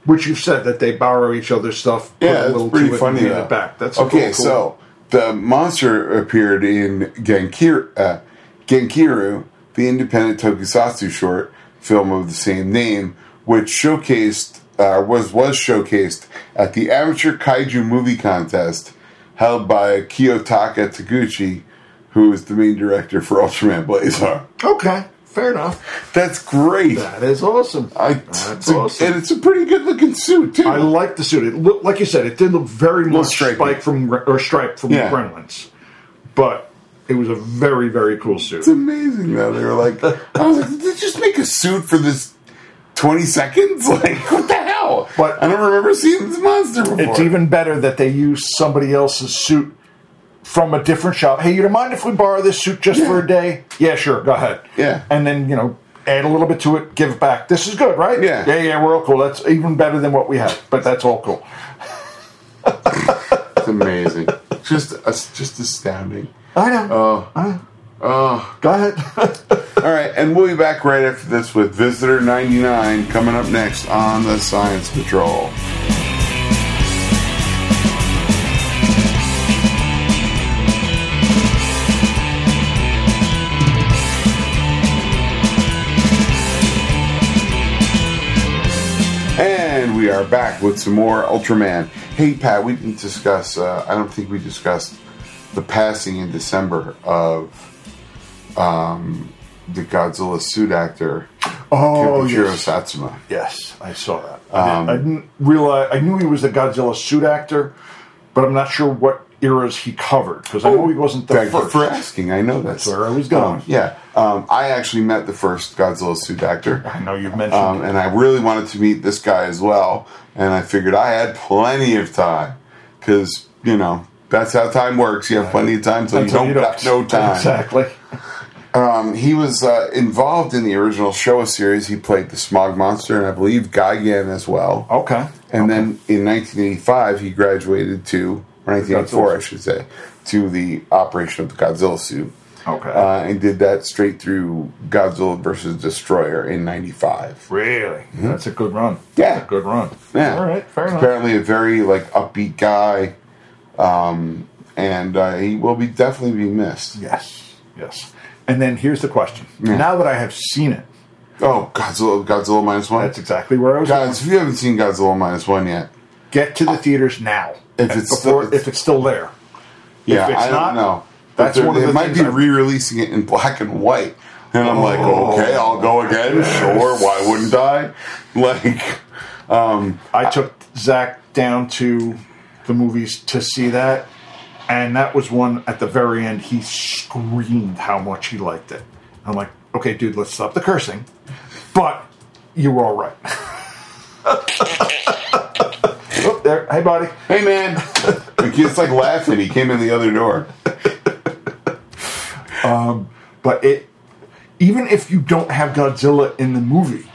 Speaker 4: which you've said that they borrow each other's stuff. put
Speaker 2: Yeah,
Speaker 4: a
Speaker 2: it's
Speaker 4: little
Speaker 2: pretty
Speaker 4: to it,
Speaker 2: funny.
Speaker 4: and hand
Speaker 2: though.
Speaker 4: it back. That's
Speaker 2: okay.
Speaker 4: cool, cool.
Speaker 2: So the monster appeared in Genkir, uh, Genkiru, the independent tokusatsu short film of the same name, which showcased uh, was was showcased at the amateur kaiju movie contest held by Kiyotaka Taguchi, who is the main director for Ultraman Blazar.
Speaker 4: okay, fair enough.
Speaker 2: That's great.
Speaker 4: That is awesome.
Speaker 2: I,
Speaker 4: That's
Speaker 2: it's a-
Speaker 4: awesome.
Speaker 2: And it's a pretty good looking suit too.
Speaker 4: I like the suit. It looked like you said it did look very much
Speaker 2: stripey.
Speaker 4: spike from Gre- or stripe from
Speaker 2: Yeah.
Speaker 4: Gremlins, but it was a very very cool suit.
Speaker 2: It's amazing though. They were like, I was like, did they just make a suit for this twenty seconds? Like, what the hell?
Speaker 3: But-
Speaker 2: I don't remember seeing this monster before.
Speaker 3: It's even better that they use somebody else's suit from a different shop. Hey, you don't mind if we borrow this suit just for a day? Yeah, sure. Go ahead.
Speaker 2: Yeah.
Speaker 3: And then, you know, add a little bit to it, give it back. This is good, right?
Speaker 2: Yeah.
Speaker 3: Yeah, yeah, we're all cool. That's even better than what we had, but that's all cool.
Speaker 2: It's amazing. just, uh, just astounding.
Speaker 3: I know. Oh.
Speaker 2: Oh.
Speaker 3: Go ahead.
Speaker 2: All right, and we'll be back right after this with Visitor ninety nine coming up next on the Science Patrol. And we are back with some more Ultraman. Hey, Pat, we didn't discuss, uh, I don't think we discussed the passing in December of um, the Godzilla suit actor,
Speaker 3: Oh,
Speaker 2: Kenpachiro
Speaker 3: yes.
Speaker 2: Satsuma.
Speaker 3: yes, I saw that. I
Speaker 2: Um,
Speaker 3: didn't- I didn't realize, I knew he was the Godzilla suit actor, but I'm not sure what eras he covered because I know he wasn't the
Speaker 2: Oh, Thank you
Speaker 3: first.
Speaker 2: for asking. I know that's
Speaker 3: where I was going.
Speaker 2: yeah, um, I actually met the first Godzilla suit actor.
Speaker 3: I know you've mentioned
Speaker 2: um, and I really wanted to meet this guy as well. And I figured I had plenty of time because you know that's how time works. You have plenty of time, so you
Speaker 3: Until
Speaker 2: don't, got no time.
Speaker 3: Exactly.
Speaker 2: Um, he was uh, involved in the original Showa series. He played the Smog Monster and I believe Gigan as well.
Speaker 3: Okay.
Speaker 2: And then in 1985, he graduated to, or 1984, I
Speaker 3: Godzilla.
Speaker 2: should say, to the operation of the Godzilla suit.
Speaker 3: Okay.
Speaker 2: Uh, and did that straight through Godzilla versus Destroyer in 95.
Speaker 3: Really? That's a good run.
Speaker 2: mm-hmm. Yeah.
Speaker 3: That's a good run.
Speaker 2: Yeah.
Speaker 3: All right, fair
Speaker 2: He's
Speaker 3: enough.
Speaker 2: Apparently, a very like upbeat guy, um, and uh, he will be definitely be missed.
Speaker 3: Yes. Yes. And then here's the question. Now that I have seen it,
Speaker 2: Oh, Godzilla! Godzilla minus one.
Speaker 3: that's exactly where I was.
Speaker 2: Guys, if you haven't seen Godzilla minus one yet,
Speaker 3: Get to the theaters now.
Speaker 2: If it's still-
Speaker 3: before, if it's still there.
Speaker 2: Yeah,
Speaker 3: If it's
Speaker 2: I
Speaker 3: not,
Speaker 2: don't know.
Speaker 3: that's
Speaker 2: That's one
Speaker 3: one of the
Speaker 2: they might
Speaker 3: things
Speaker 2: be
Speaker 3: I-
Speaker 2: re-releasing it in black and white, and I'm like,
Speaker 3: Oh.
Speaker 2: okay, I'll go again. Sure, why wouldn't I? Like, um,
Speaker 3: I took Zach down to the movies to see that, and that was one at the very end. He screamed how much he liked it. I'm like, okay, dude, let's stop the cursing, but you were all right. oh, there, hey, buddy.
Speaker 2: hey man, the kid's like laughing. He came in the other door.
Speaker 3: But it, even if you don't have Godzilla in the movie,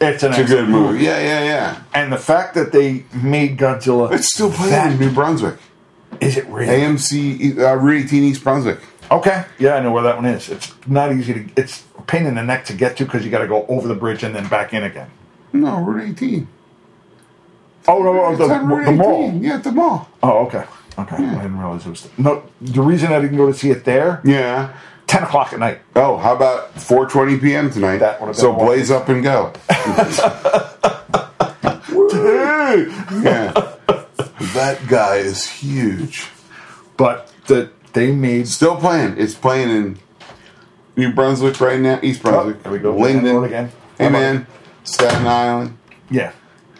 Speaker 3: it's an
Speaker 2: It's a good
Speaker 3: excellent
Speaker 2: movie. Yeah, yeah, yeah.
Speaker 3: And the fact that they made Godzilla,
Speaker 2: It's still playing in
Speaker 3: that,
Speaker 2: New Brunswick.
Speaker 3: is it really?
Speaker 2: AMC, uh, Route 18 East Brunswick.
Speaker 3: Okay. Yeah, I know where that one is. It's not easy to. It's a pain in the neck to get to because you got to go over the bridge and then back in again.
Speaker 2: No, Route 18.
Speaker 3: Oh no, oh,
Speaker 2: It's
Speaker 3: the,
Speaker 2: on Route
Speaker 3: the
Speaker 2: 18.
Speaker 3: mall.
Speaker 2: Yeah, at the mall.
Speaker 3: Oh, okay. Okay, I didn't realize it was. no, the reason I didn't go to see it there,
Speaker 2: Yeah.
Speaker 3: ten o'clock at night.
Speaker 2: Oh, how about 4:20 p.m. tonight?
Speaker 3: That would've been
Speaker 2: so
Speaker 3: one.
Speaker 2: blaze up and go. yeah, that guy is huge.
Speaker 3: But the they made
Speaker 2: Still playing. It's playing in New Brunswick right now. East Brunswick.
Speaker 3: there Oh, we go.
Speaker 2: Linden.
Speaker 3: Landlord again.
Speaker 2: Hey
Speaker 3: How about
Speaker 2: man, Staten Island,
Speaker 3: yeah.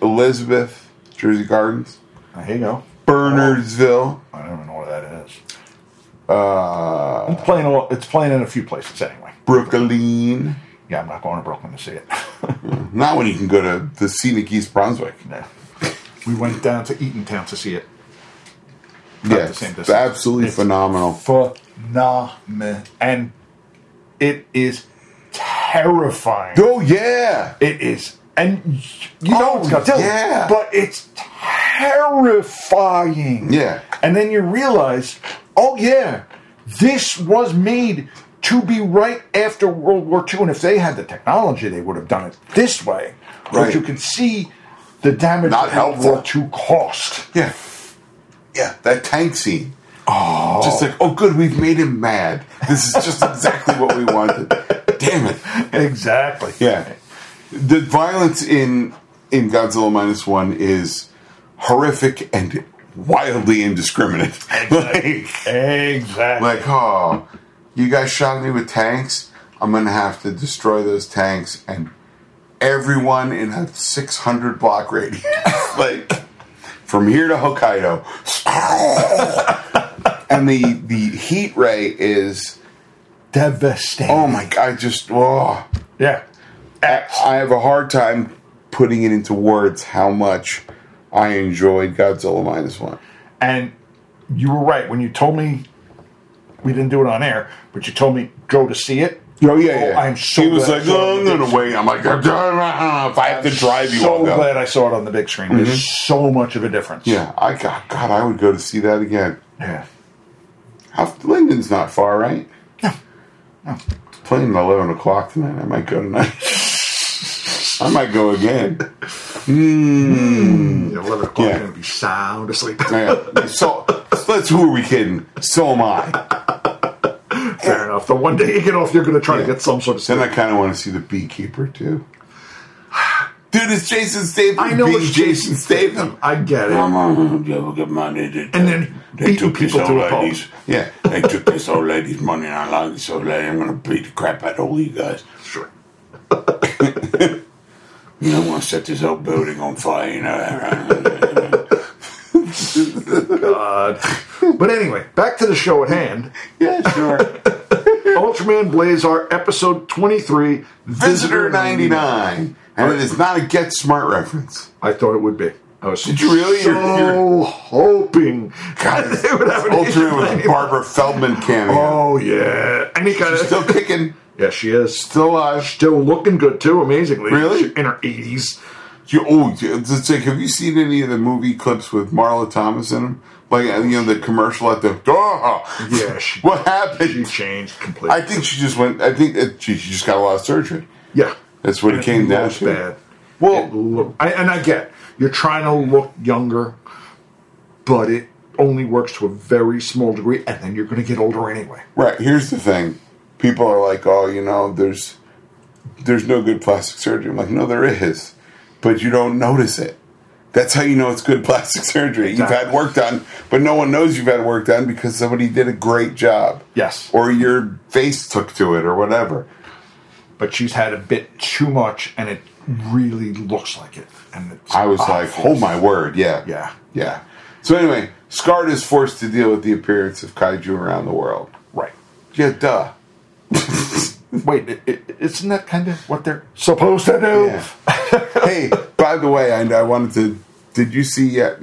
Speaker 2: Elizabeth, Jersey Gardens,
Speaker 3: Uh, Here you go.
Speaker 2: Bernardsville.
Speaker 3: I don't even know where that is.
Speaker 2: Uh,
Speaker 3: It's playing. A, lo- it's playing in a few places anyway.
Speaker 2: Brooklyn.
Speaker 3: Yeah, I'm not going to Brooklyn to see it.
Speaker 2: Not when you can go to the scenic East Brunswick.
Speaker 3: no. We went down to Eatontown to see it.
Speaker 2: Yeah,
Speaker 3: the same
Speaker 2: it's
Speaker 3: distance.
Speaker 2: absolutely
Speaker 3: It's-
Speaker 2: phenomenal.
Speaker 3: phenomenal. And it is terrifying.
Speaker 2: Oh yeah,
Speaker 3: It is. And you
Speaker 2: Oh,
Speaker 3: know it's Godzilla,
Speaker 2: yeah.
Speaker 3: but it's terrifying.
Speaker 2: Yeah.
Speaker 3: And then you realize, oh yeah, this was made to be right after World War II, and if they had the technology, they would have done it this way.
Speaker 2: Right.
Speaker 3: But you can see the damage
Speaker 2: Not
Speaker 3: that World War II cost.
Speaker 2: yeah, yeah. That tank scene. Oh, just like oh, good. We've made him mad. This is just exactly what we wanted. Damn it.
Speaker 3: Exactly.
Speaker 2: Yeah, the violence in in Godzilla minus one is horrific and wildly indiscriminate. like,
Speaker 3: Exactly.
Speaker 2: like, oh, you guys shot me with tanks. I'm gonna have to destroy those tanks and everyone in a 600 block radius, like from here to Hokkaido. and the the heat ray is
Speaker 3: Devastating.
Speaker 2: oh my god, just oh,
Speaker 3: Yeah.
Speaker 2: I have a hard time putting it into words how much I enjoyed Godzilla minus one.
Speaker 3: And you were right when you told me we didn't do it on air, but you told me go to see it.
Speaker 2: Oh yeah, yeah.
Speaker 3: I'm so
Speaker 2: He was
Speaker 3: glad
Speaker 2: like,
Speaker 3: I saw
Speaker 2: "Oh, I'm
Speaker 3: it on the big
Speaker 2: gonna wait. I'm like, if I have to drive you,
Speaker 3: so
Speaker 2: I'll go.
Speaker 3: glad I saw it on the big screen. There's so much of a difference.
Speaker 2: Yeah, I got God. I would go to see that again.
Speaker 3: Yeah.
Speaker 2: How, Linden's not far, right? No, It's playing at eleven o'clock tonight. I might go tonight. I might go again.
Speaker 3: Yeah, 11 o'clock,
Speaker 2: Yeah.
Speaker 3: you're gonna be sound asleep.
Speaker 2: Yeah. So let's. Who are we kidding? So am I.
Speaker 3: Fair enough. The one day you get off, you're gonna try to get some sort of
Speaker 2: Then
Speaker 3: sleep.
Speaker 2: I kind of want to see the Beekeeper too. Dude, it's Jason Statham.
Speaker 3: I know
Speaker 2: being
Speaker 3: it's Jason
Speaker 2: Statham.
Speaker 3: I get it.
Speaker 2: Come on, you have good money. They-
Speaker 3: And then beating people
Speaker 2: this
Speaker 3: to
Speaker 2: old
Speaker 3: a pulp.
Speaker 2: lady's- Yeah, they took this old lady's money, and I like this old lady. I'm going to beat the crap out of all you guys.
Speaker 3: Sure.
Speaker 2: You know, I want to set this whole building on fire. You know.
Speaker 3: God. but anyway, back to the show at hand.
Speaker 2: yeah, sure.
Speaker 3: Ultraman Blazar, episode 23,
Speaker 2: Visitor ninety nine, and it is not a Get Smart reference.
Speaker 3: I thought it would be. I was
Speaker 2: Did you really?
Speaker 3: so
Speaker 2: You're- you're-
Speaker 3: hoping
Speaker 2: God,
Speaker 3: they would have an issue
Speaker 2: Ultraman
Speaker 3: with
Speaker 2: with
Speaker 3: it.
Speaker 2: a Barbara Feldman cameo.
Speaker 3: Oh yeah, any kind of
Speaker 2: Still kicking,
Speaker 3: yeah, she is
Speaker 2: still alive.
Speaker 3: still looking good too. Amazingly,
Speaker 2: Really?
Speaker 3: She- in her eighties.
Speaker 2: You, oh, it's like, have you seen any of the movie clips with Marla Thomas in them? Like, you know, the commercial at the. Oh,
Speaker 3: Yeah, she-
Speaker 2: what
Speaker 3: She
Speaker 2: happened?
Speaker 3: changed completely.
Speaker 2: I think she just went. I think it, she, she just got a lot of surgery.
Speaker 3: yeah,
Speaker 2: That's what it came down
Speaker 3: looks
Speaker 2: to.
Speaker 3: bad.
Speaker 2: Well-
Speaker 3: It look- I, and I get you're trying to look younger, but it only works to a very small degree, and then you're going to get older anyway.
Speaker 2: Right. Here's the thing. People are like, oh, you know, there's there's no good plastic surgery. I'm like, no, there is, but you don't notice it. That's how you know it's good plastic surgery. You've
Speaker 3: Exactly.
Speaker 2: had work done, but no one knows you've had work done because somebody did a great job.
Speaker 3: Yes.
Speaker 2: Or your face took to it or whatever.
Speaker 3: but she's had a bit too much, and it really looks like it. And it's
Speaker 2: I was
Speaker 3: obvious.
Speaker 2: like, oh my word, yeah.
Speaker 3: Yeah.
Speaker 2: Yeah. So anyway, Scarred is forced to deal with the appearance of kaiju around the world.
Speaker 3: right.
Speaker 2: Yeah, duh.
Speaker 3: Wait, is isn't that kind of what they're supposed to do?
Speaker 2: Yeah. hey, by the way, I, I wanted to. Did you see? Uh,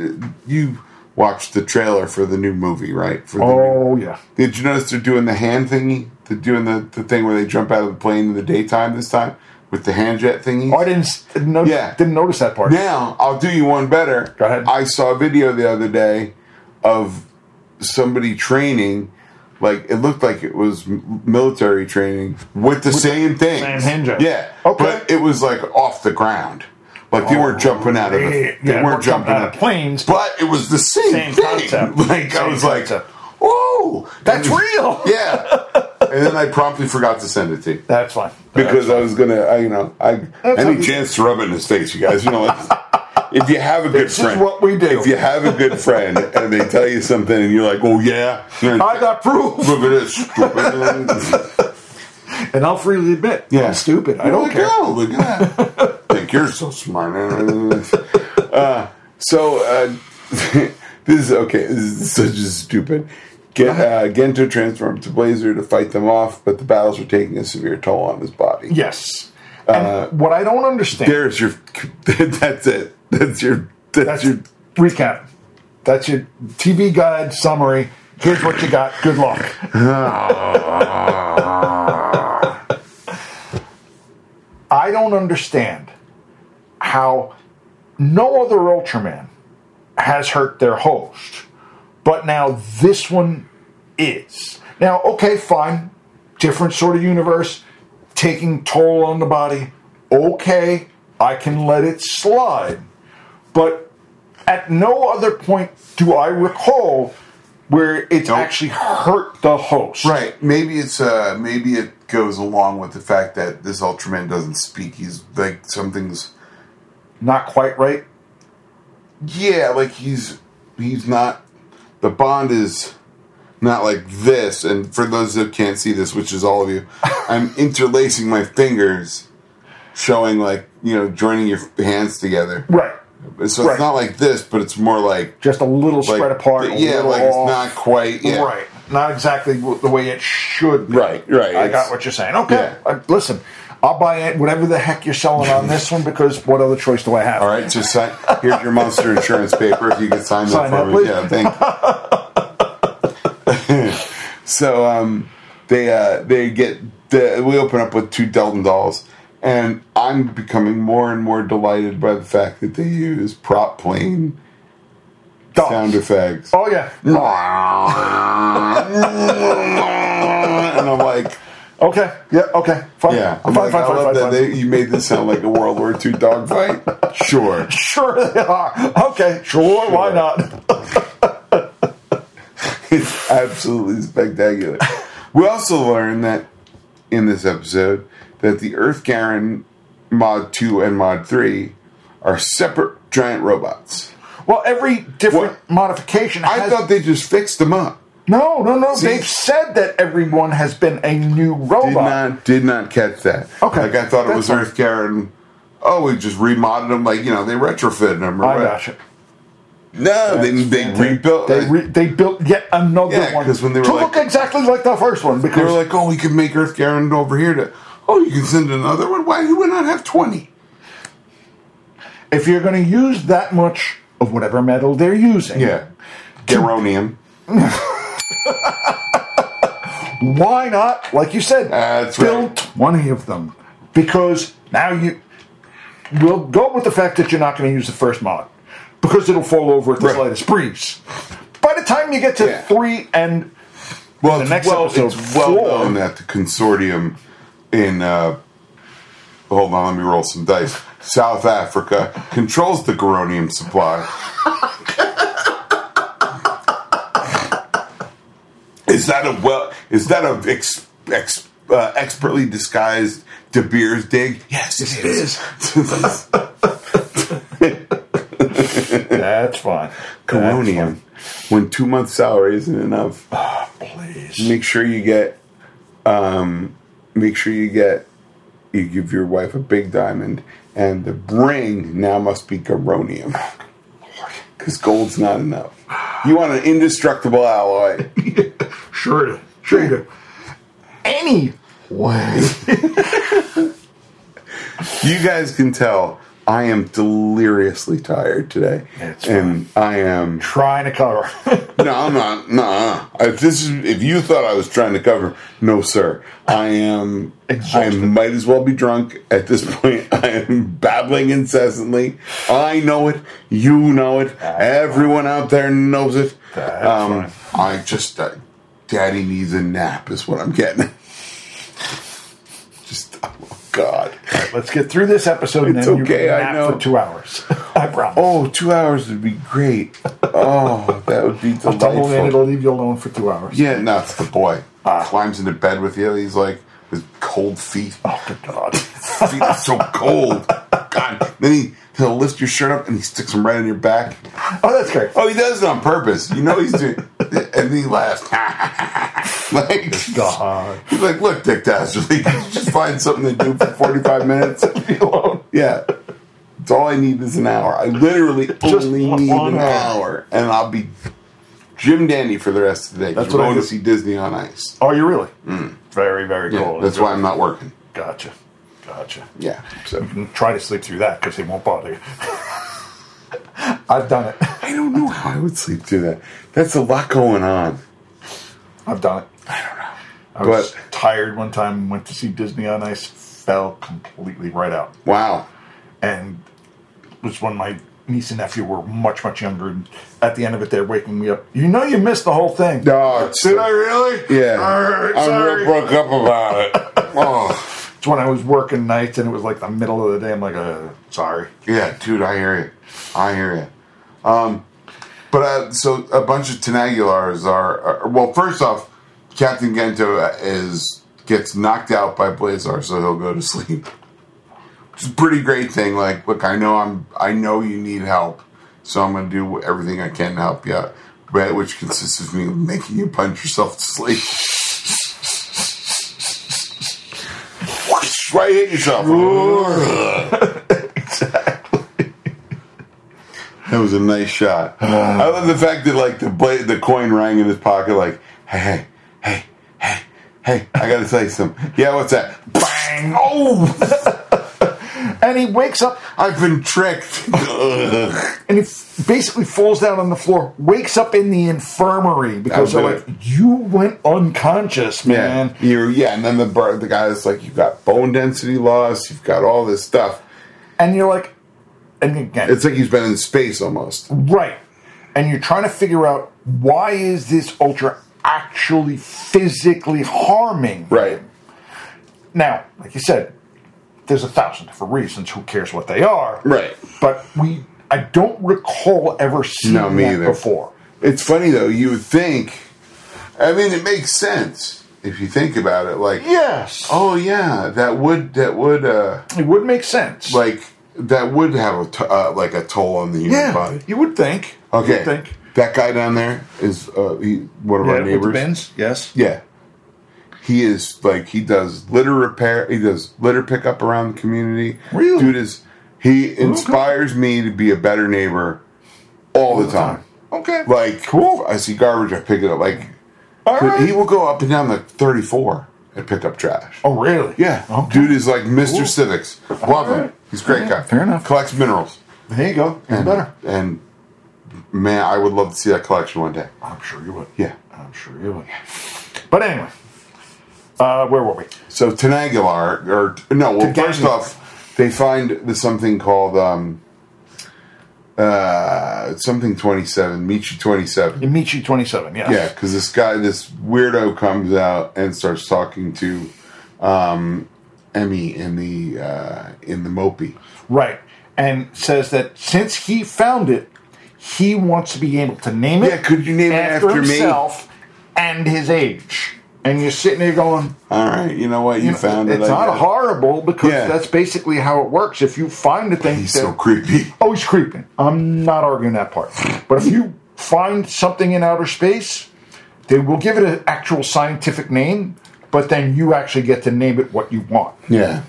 Speaker 2: you watched the trailer for the new movie, right? For the new-
Speaker 3: Oh yeah,
Speaker 2: did you notice they're doing the hand thingy? They're doing the, the thing where they jump out of the plane in the daytime this time with the hand jet thingy.
Speaker 3: oh, I didn't s- didn't notice,
Speaker 2: Yeah.
Speaker 3: didn't notice that part.
Speaker 2: Now I'll do you one better.
Speaker 3: Go ahead.
Speaker 2: I saw a video the other day of somebody training. Like it looked like it was m- military training with the same thing.
Speaker 3: same hand job.
Speaker 2: Yeah.
Speaker 3: Okay. Oh,
Speaker 2: But it was like off the ground. Like they weren't jumping out of it. They
Speaker 3: yeah,
Speaker 2: weren't jumping out of
Speaker 3: planes.
Speaker 2: But it was the same,
Speaker 3: Same
Speaker 2: thing.
Speaker 3: concept.
Speaker 2: Like I
Speaker 3: Same
Speaker 2: was like,
Speaker 3: concept.
Speaker 2: oh,
Speaker 3: That's real.
Speaker 2: Yeah. and then I promptly forgot to send it to you
Speaker 3: That's fine.
Speaker 2: because I was gonna, I, you know, I any chance to rub it in his face, you guys. You know, it's- if you have a good
Speaker 3: This is
Speaker 2: friend,
Speaker 3: what we do.
Speaker 2: If you have a good friend and they tell you something and you're like, "Oh yeah," then
Speaker 3: I got proof,
Speaker 2: look at this. stupid."
Speaker 3: and I'll freely admit,
Speaker 2: Yeah.
Speaker 3: I'm stupid. I don't
Speaker 2: Look
Speaker 3: care.
Speaker 2: out, "Oh, Look at that. Think you're so smart. uh, so uh, this is okay. This is such a stupid. Get, uh, Gento transformed to Blazer to fight them off, but the battles were taking a severe toll on his body.
Speaker 3: Yes. And
Speaker 2: Uh,
Speaker 3: what I don't understand.
Speaker 2: There's your. That's it. That's your. That's,
Speaker 3: That's your
Speaker 2: your.
Speaker 3: recap. That's your TV guide summary. Here's what you got. Good luck. I don't understand how no other Ultraman has hurt their host, but now this one is. Now, okay, fine. Different sort of universe, taking toll on the body. Okay, I can let it slide. But at no other point do I recall where it's
Speaker 2: Nope.
Speaker 3: actually hurt the host.
Speaker 2: Right. Maybe it's. uh Maybe it goes along with the fact that this Ultraman doesn't speak. He's like something's.
Speaker 3: Not quite right.
Speaker 2: Yeah, like he's. He's not. The bond is not like this. And for those that can't see this, which is all of you, I'm interlacing my fingers, showing like you know joining your hands together.
Speaker 3: Right.
Speaker 2: So
Speaker 3: Right.
Speaker 2: it's not like this, but it's more like.
Speaker 3: Just a little
Speaker 2: like
Speaker 3: spread apart. a
Speaker 2: yeah,
Speaker 3: little
Speaker 2: like it's
Speaker 3: off.
Speaker 2: not quite. Yeah.
Speaker 3: Right. Not exactly w- the way it should be.
Speaker 2: Right, right.
Speaker 3: I
Speaker 2: It's-
Speaker 3: got what you're saying. Okay.
Speaker 2: Yeah.
Speaker 3: I- listen, I'll buy it, whatever the heck you're selling on this one because what other choice do I have?
Speaker 2: All right, just sign. Here's your monster insurance paper. If you could sign that
Speaker 3: Sign
Speaker 2: for
Speaker 3: up,
Speaker 2: me,
Speaker 3: please.
Speaker 2: yeah, thank. you. so um, they uh, they get the, we open up with two Delton dolls, and I'm becoming more and more delighted by the fact that they use prop plane
Speaker 3: Dolls.
Speaker 2: sound effects.
Speaker 3: Oh, yeah.
Speaker 2: and I'm like,
Speaker 3: Okay. Yeah. Okay. Fine.
Speaker 2: yeah, I'm
Speaker 3: Fine,
Speaker 2: like,
Speaker 3: fine,
Speaker 2: I
Speaker 3: fine,
Speaker 2: love
Speaker 3: fine,
Speaker 2: that
Speaker 3: fine.
Speaker 2: they, you made this sound like a World War II dogfight. Sure.
Speaker 3: Sure they are. Okay. Sure. Why not?
Speaker 2: it's absolutely spectacular. We also learned that in this episode that the Earth Garen Mod 2 and Mod 3 are separate giant robots.
Speaker 3: Well, every different
Speaker 2: What?
Speaker 3: modification.
Speaker 2: I
Speaker 3: has-
Speaker 2: thought they just fixed them up.
Speaker 3: No, no, no. They've said that everyone has been a new robot.
Speaker 2: Did not did not catch that.
Speaker 3: Okay.
Speaker 2: Like I thought it
Speaker 3: That's
Speaker 2: was
Speaker 3: fine.
Speaker 2: Earth Garen. Oh, we just remodded them like, you know, they retrofitted them.
Speaker 3: I gotcha.
Speaker 2: No, they, they rebuilt
Speaker 3: They re- they built yet another
Speaker 2: Yeah,
Speaker 3: one
Speaker 2: 'cause when they were
Speaker 3: to
Speaker 2: like-
Speaker 3: look exactly like the first one. Because
Speaker 2: They were like, oh, we can make Earth Garen over here to. Oh, you can send another one. Why do we not have twenty?
Speaker 3: if you're going to use that much of whatever metal they're using,
Speaker 2: Yeah, Geronium.
Speaker 3: why not? Like you said,
Speaker 2: That's
Speaker 3: build
Speaker 2: right.
Speaker 3: twenty of them because now you will go with the fact that you're not going to use the first mod because it'll fall over at the
Speaker 2: Right.
Speaker 3: slightest breeze. By the time you get to
Speaker 2: Yeah.
Speaker 3: three and
Speaker 2: Well,
Speaker 3: the
Speaker 2: it's
Speaker 3: next
Speaker 2: well,
Speaker 3: episode,
Speaker 2: it's well
Speaker 3: four.
Speaker 2: known that the consortium in uh, hold on, let me roll some dice. South Africa controls the geronium supply. is that a well? Is that a ex, ex, uh, expertly disguised De Beers dig? Yes, it is.
Speaker 3: That's fine.
Speaker 2: Colonium. When two months' salary isn't enough,
Speaker 3: That's fine. Ah, Please.
Speaker 2: make sure you get, um, make sure you get, you give your wife a big diamond, and the ring now must be coronium, because gold's not enough. You want an indestructible alloy.
Speaker 3: Sure. to-
Speaker 4: Sure you do.
Speaker 3: Any.
Speaker 2: Way. you guys can tell I am deliriously tired today,
Speaker 3: That's
Speaker 2: and I am
Speaker 3: Trying to cover.
Speaker 2: No, I'm not. Nah. If this is, if you thought I was trying to cover, no, sir. I am. I
Speaker 3: Exhausted.
Speaker 2: might as well be drunk at this point. I am babbling incessantly. I know it. You know it. Everyone out there knows it.
Speaker 3: That's
Speaker 2: Um, I just, uh, Daddy needs a nap. Is what I'm getting. just, oh God.
Speaker 3: Let's get through this episode and
Speaker 2: It's
Speaker 3: then you
Speaker 2: okay,
Speaker 3: can
Speaker 2: I
Speaker 3: nap
Speaker 2: know.
Speaker 3: for two hours. I promise.
Speaker 2: Oh, two hours would be great. Oh, that would be delightful.
Speaker 3: Double in, it'll leave you alone for two hours.
Speaker 2: Yeah, no, it's the boy.
Speaker 3: Ah.
Speaker 2: Climbs into bed with you. He's like, his cold feet.
Speaker 3: Oh, good God.
Speaker 2: feet are so cold. God. Then he, he'll lift your shirt up and he sticks them right on your back.
Speaker 3: Oh, that's great.
Speaker 2: Oh, he does it on purpose. You know he's doing And he laughs. like,
Speaker 3: God.
Speaker 2: he's like, look, Dick Dastardly, can you just find something to do for 45 minutes?
Speaker 3: Leave me alone.
Speaker 2: Yeah. It's all I need is an hour. I literally only
Speaker 3: one-
Speaker 2: need
Speaker 3: one
Speaker 2: an
Speaker 3: hour.
Speaker 2: hour. And I'll be Jim Dandy for the rest of the day. 'cause
Speaker 3: That's
Speaker 2: we're
Speaker 3: what I
Speaker 2: going to
Speaker 3: do.
Speaker 2: see Disney on Ice.
Speaker 3: Are Oh, you really? Very, very
Speaker 2: Mm. Yeah,
Speaker 3: cool.
Speaker 2: that's why I'm not working.
Speaker 3: Gotcha. Gotcha.
Speaker 2: Yeah. So
Speaker 3: Try to sleep through that because it won't bother you. I've done it.
Speaker 2: I don't know how I would sleep through that. That's a lot going on.
Speaker 3: I've done it. I don't know. I was
Speaker 2: But-
Speaker 3: tired one time, went to see Disney on Ice, fell completely right out.
Speaker 2: Wow.
Speaker 3: And it was when my niece and nephew were much, much younger. And at the end of it, they're waking me up. You know, you missed the whole thing.
Speaker 2: No, it's-
Speaker 3: Did I really?
Speaker 2: Yeah.
Speaker 3: Alright,
Speaker 2: I'm
Speaker 3: sorry.
Speaker 2: real broke up about it. Oh,
Speaker 3: It's when I was working nights and it was like the middle of the day. I'm like, uh, sorry.
Speaker 2: yeah, dude, I hear you. I hear you. Um, but uh, so a bunch of Tenagulars are, are well. First off, Captain Gento uh, is gets knocked out by Blazar, so he'll go to sleep. It's a pretty great thing. Like, look, I know I'm, I know you need help, so I'm going to do everything I can to help you out. But- Which consists of me making you punch yourself to sleep. Whoosh, right hit yourself. exactly. That was a nice shot. I love the fact that like the blade, the coin rang in his pocket. Like, hey, hey, hey, hey, hey, I got to tell you something. Yeah, what's that? Bang! Oh.
Speaker 3: And he wakes up
Speaker 2: I've been tricked. Ugh.
Speaker 3: and he f- basically falls down on the floor, wakes up in the infirmary because
Speaker 2: I'll
Speaker 3: they're
Speaker 2: bet
Speaker 3: like, you went unconscious, man.
Speaker 2: yeah, you yeah, and then the bar, the guy's like, you've got bone density loss, you've got all this stuff.
Speaker 3: And you're like, and again,
Speaker 2: It's like he's been in space almost.
Speaker 3: Right. And you're trying to figure out why is this ultra actually physically harming?
Speaker 2: Right.
Speaker 3: Now, like you said, there's a thousand different reasons. Who cares what they are?
Speaker 2: Right.
Speaker 3: But we I don't recall ever seeing
Speaker 2: No, me
Speaker 3: that
Speaker 2: either.
Speaker 3: before.
Speaker 2: It's funny though. You would think. I mean, it makes sense if you think about it. Like,
Speaker 3: Yes.
Speaker 2: oh yeah, that would that would uh
Speaker 3: It would make sense.
Speaker 2: like that would have a t- uh, like a toll on the human
Speaker 3: yeah,
Speaker 2: body.
Speaker 3: you would think. You
Speaker 2: Okay,
Speaker 3: would think.
Speaker 2: that guy down there is uh, he, one of
Speaker 3: Yeah,
Speaker 2: our
Speaker 3: with
Speaker 2: neighbors.
Speaker 3: the bins, yes.
Speaker 2: Yeah. He is like he does litter repair. He does litter pickup around the community.
Speaker 3: Really?
Speaker 2: dude is he inspires me to be a better neighbor all, the time.
Speaker 3: Okay.
Speaker 2: Like cool. I see garbage, I pick it up. Like
Speaker 3: All right.
Speaker 2: he will go up and down the 34 and pick up trash.
Speaker 3: oh, really?
Speaker 2: Yeah,
Speaker 3: Okay.
Speaker 2: dude is like Mr.
Speaker 3: Cool.
Speaker 2: Civics. Love him.
Speaker 3: right.
Speaker 2: He's a great guy.
Speaker 3: Fair enough.
Speaker 2: Collects minerals.
Speaker 3: There you go. Even
Speaker 2: And,
Speaker 3: better.
Speaker 2: And man, I would love to see that collection one day.
Speaker 3: I'm sure you would.
Speaker 2: Yeah.
Speaker 3: I'm sure you would. But anyway, uh, where were we?
Speaker 2: So Tanagular, or no, well,
Speaker 3: Tagagular.
Speaker 2: first off, they find the something called um, uh, something twenty seven, Michi twenty seven.
Speaker 3: Michi 27, yes.
Speaker 2: Yeah, because this guy, this weirdo, comes out and starts talking to um, Emmy in the uh, in the Mopey.
Speaker 3: Right. And says that since he found it, he wants to be able to name it.
Speaker 2: Yeah, could you name it after me?
Speaker 3: himself and his age? and you're sitting there going,
Speaker 2: All right, you know what? You,
Speaker 3: you know,
Speaker 2: found it.
Speaker 3: it's
Speaker 2: I
Speaker 3: not
Speaker 2: guess.
Speaker 3: horrible because
Speaker 2: Yeah.
Speaker 3: that's basically how it works. If you find a thing,
Speaker 2: He's
Speaker 3: that,
Speaker 2: so creepy.
Speaker 3: oh, he's creeping. I'm not arguing that part. But if you find something in outer space, they will give it an actual scientific name, but then you actually get to name it what you want,
Speaker 2: Yeah.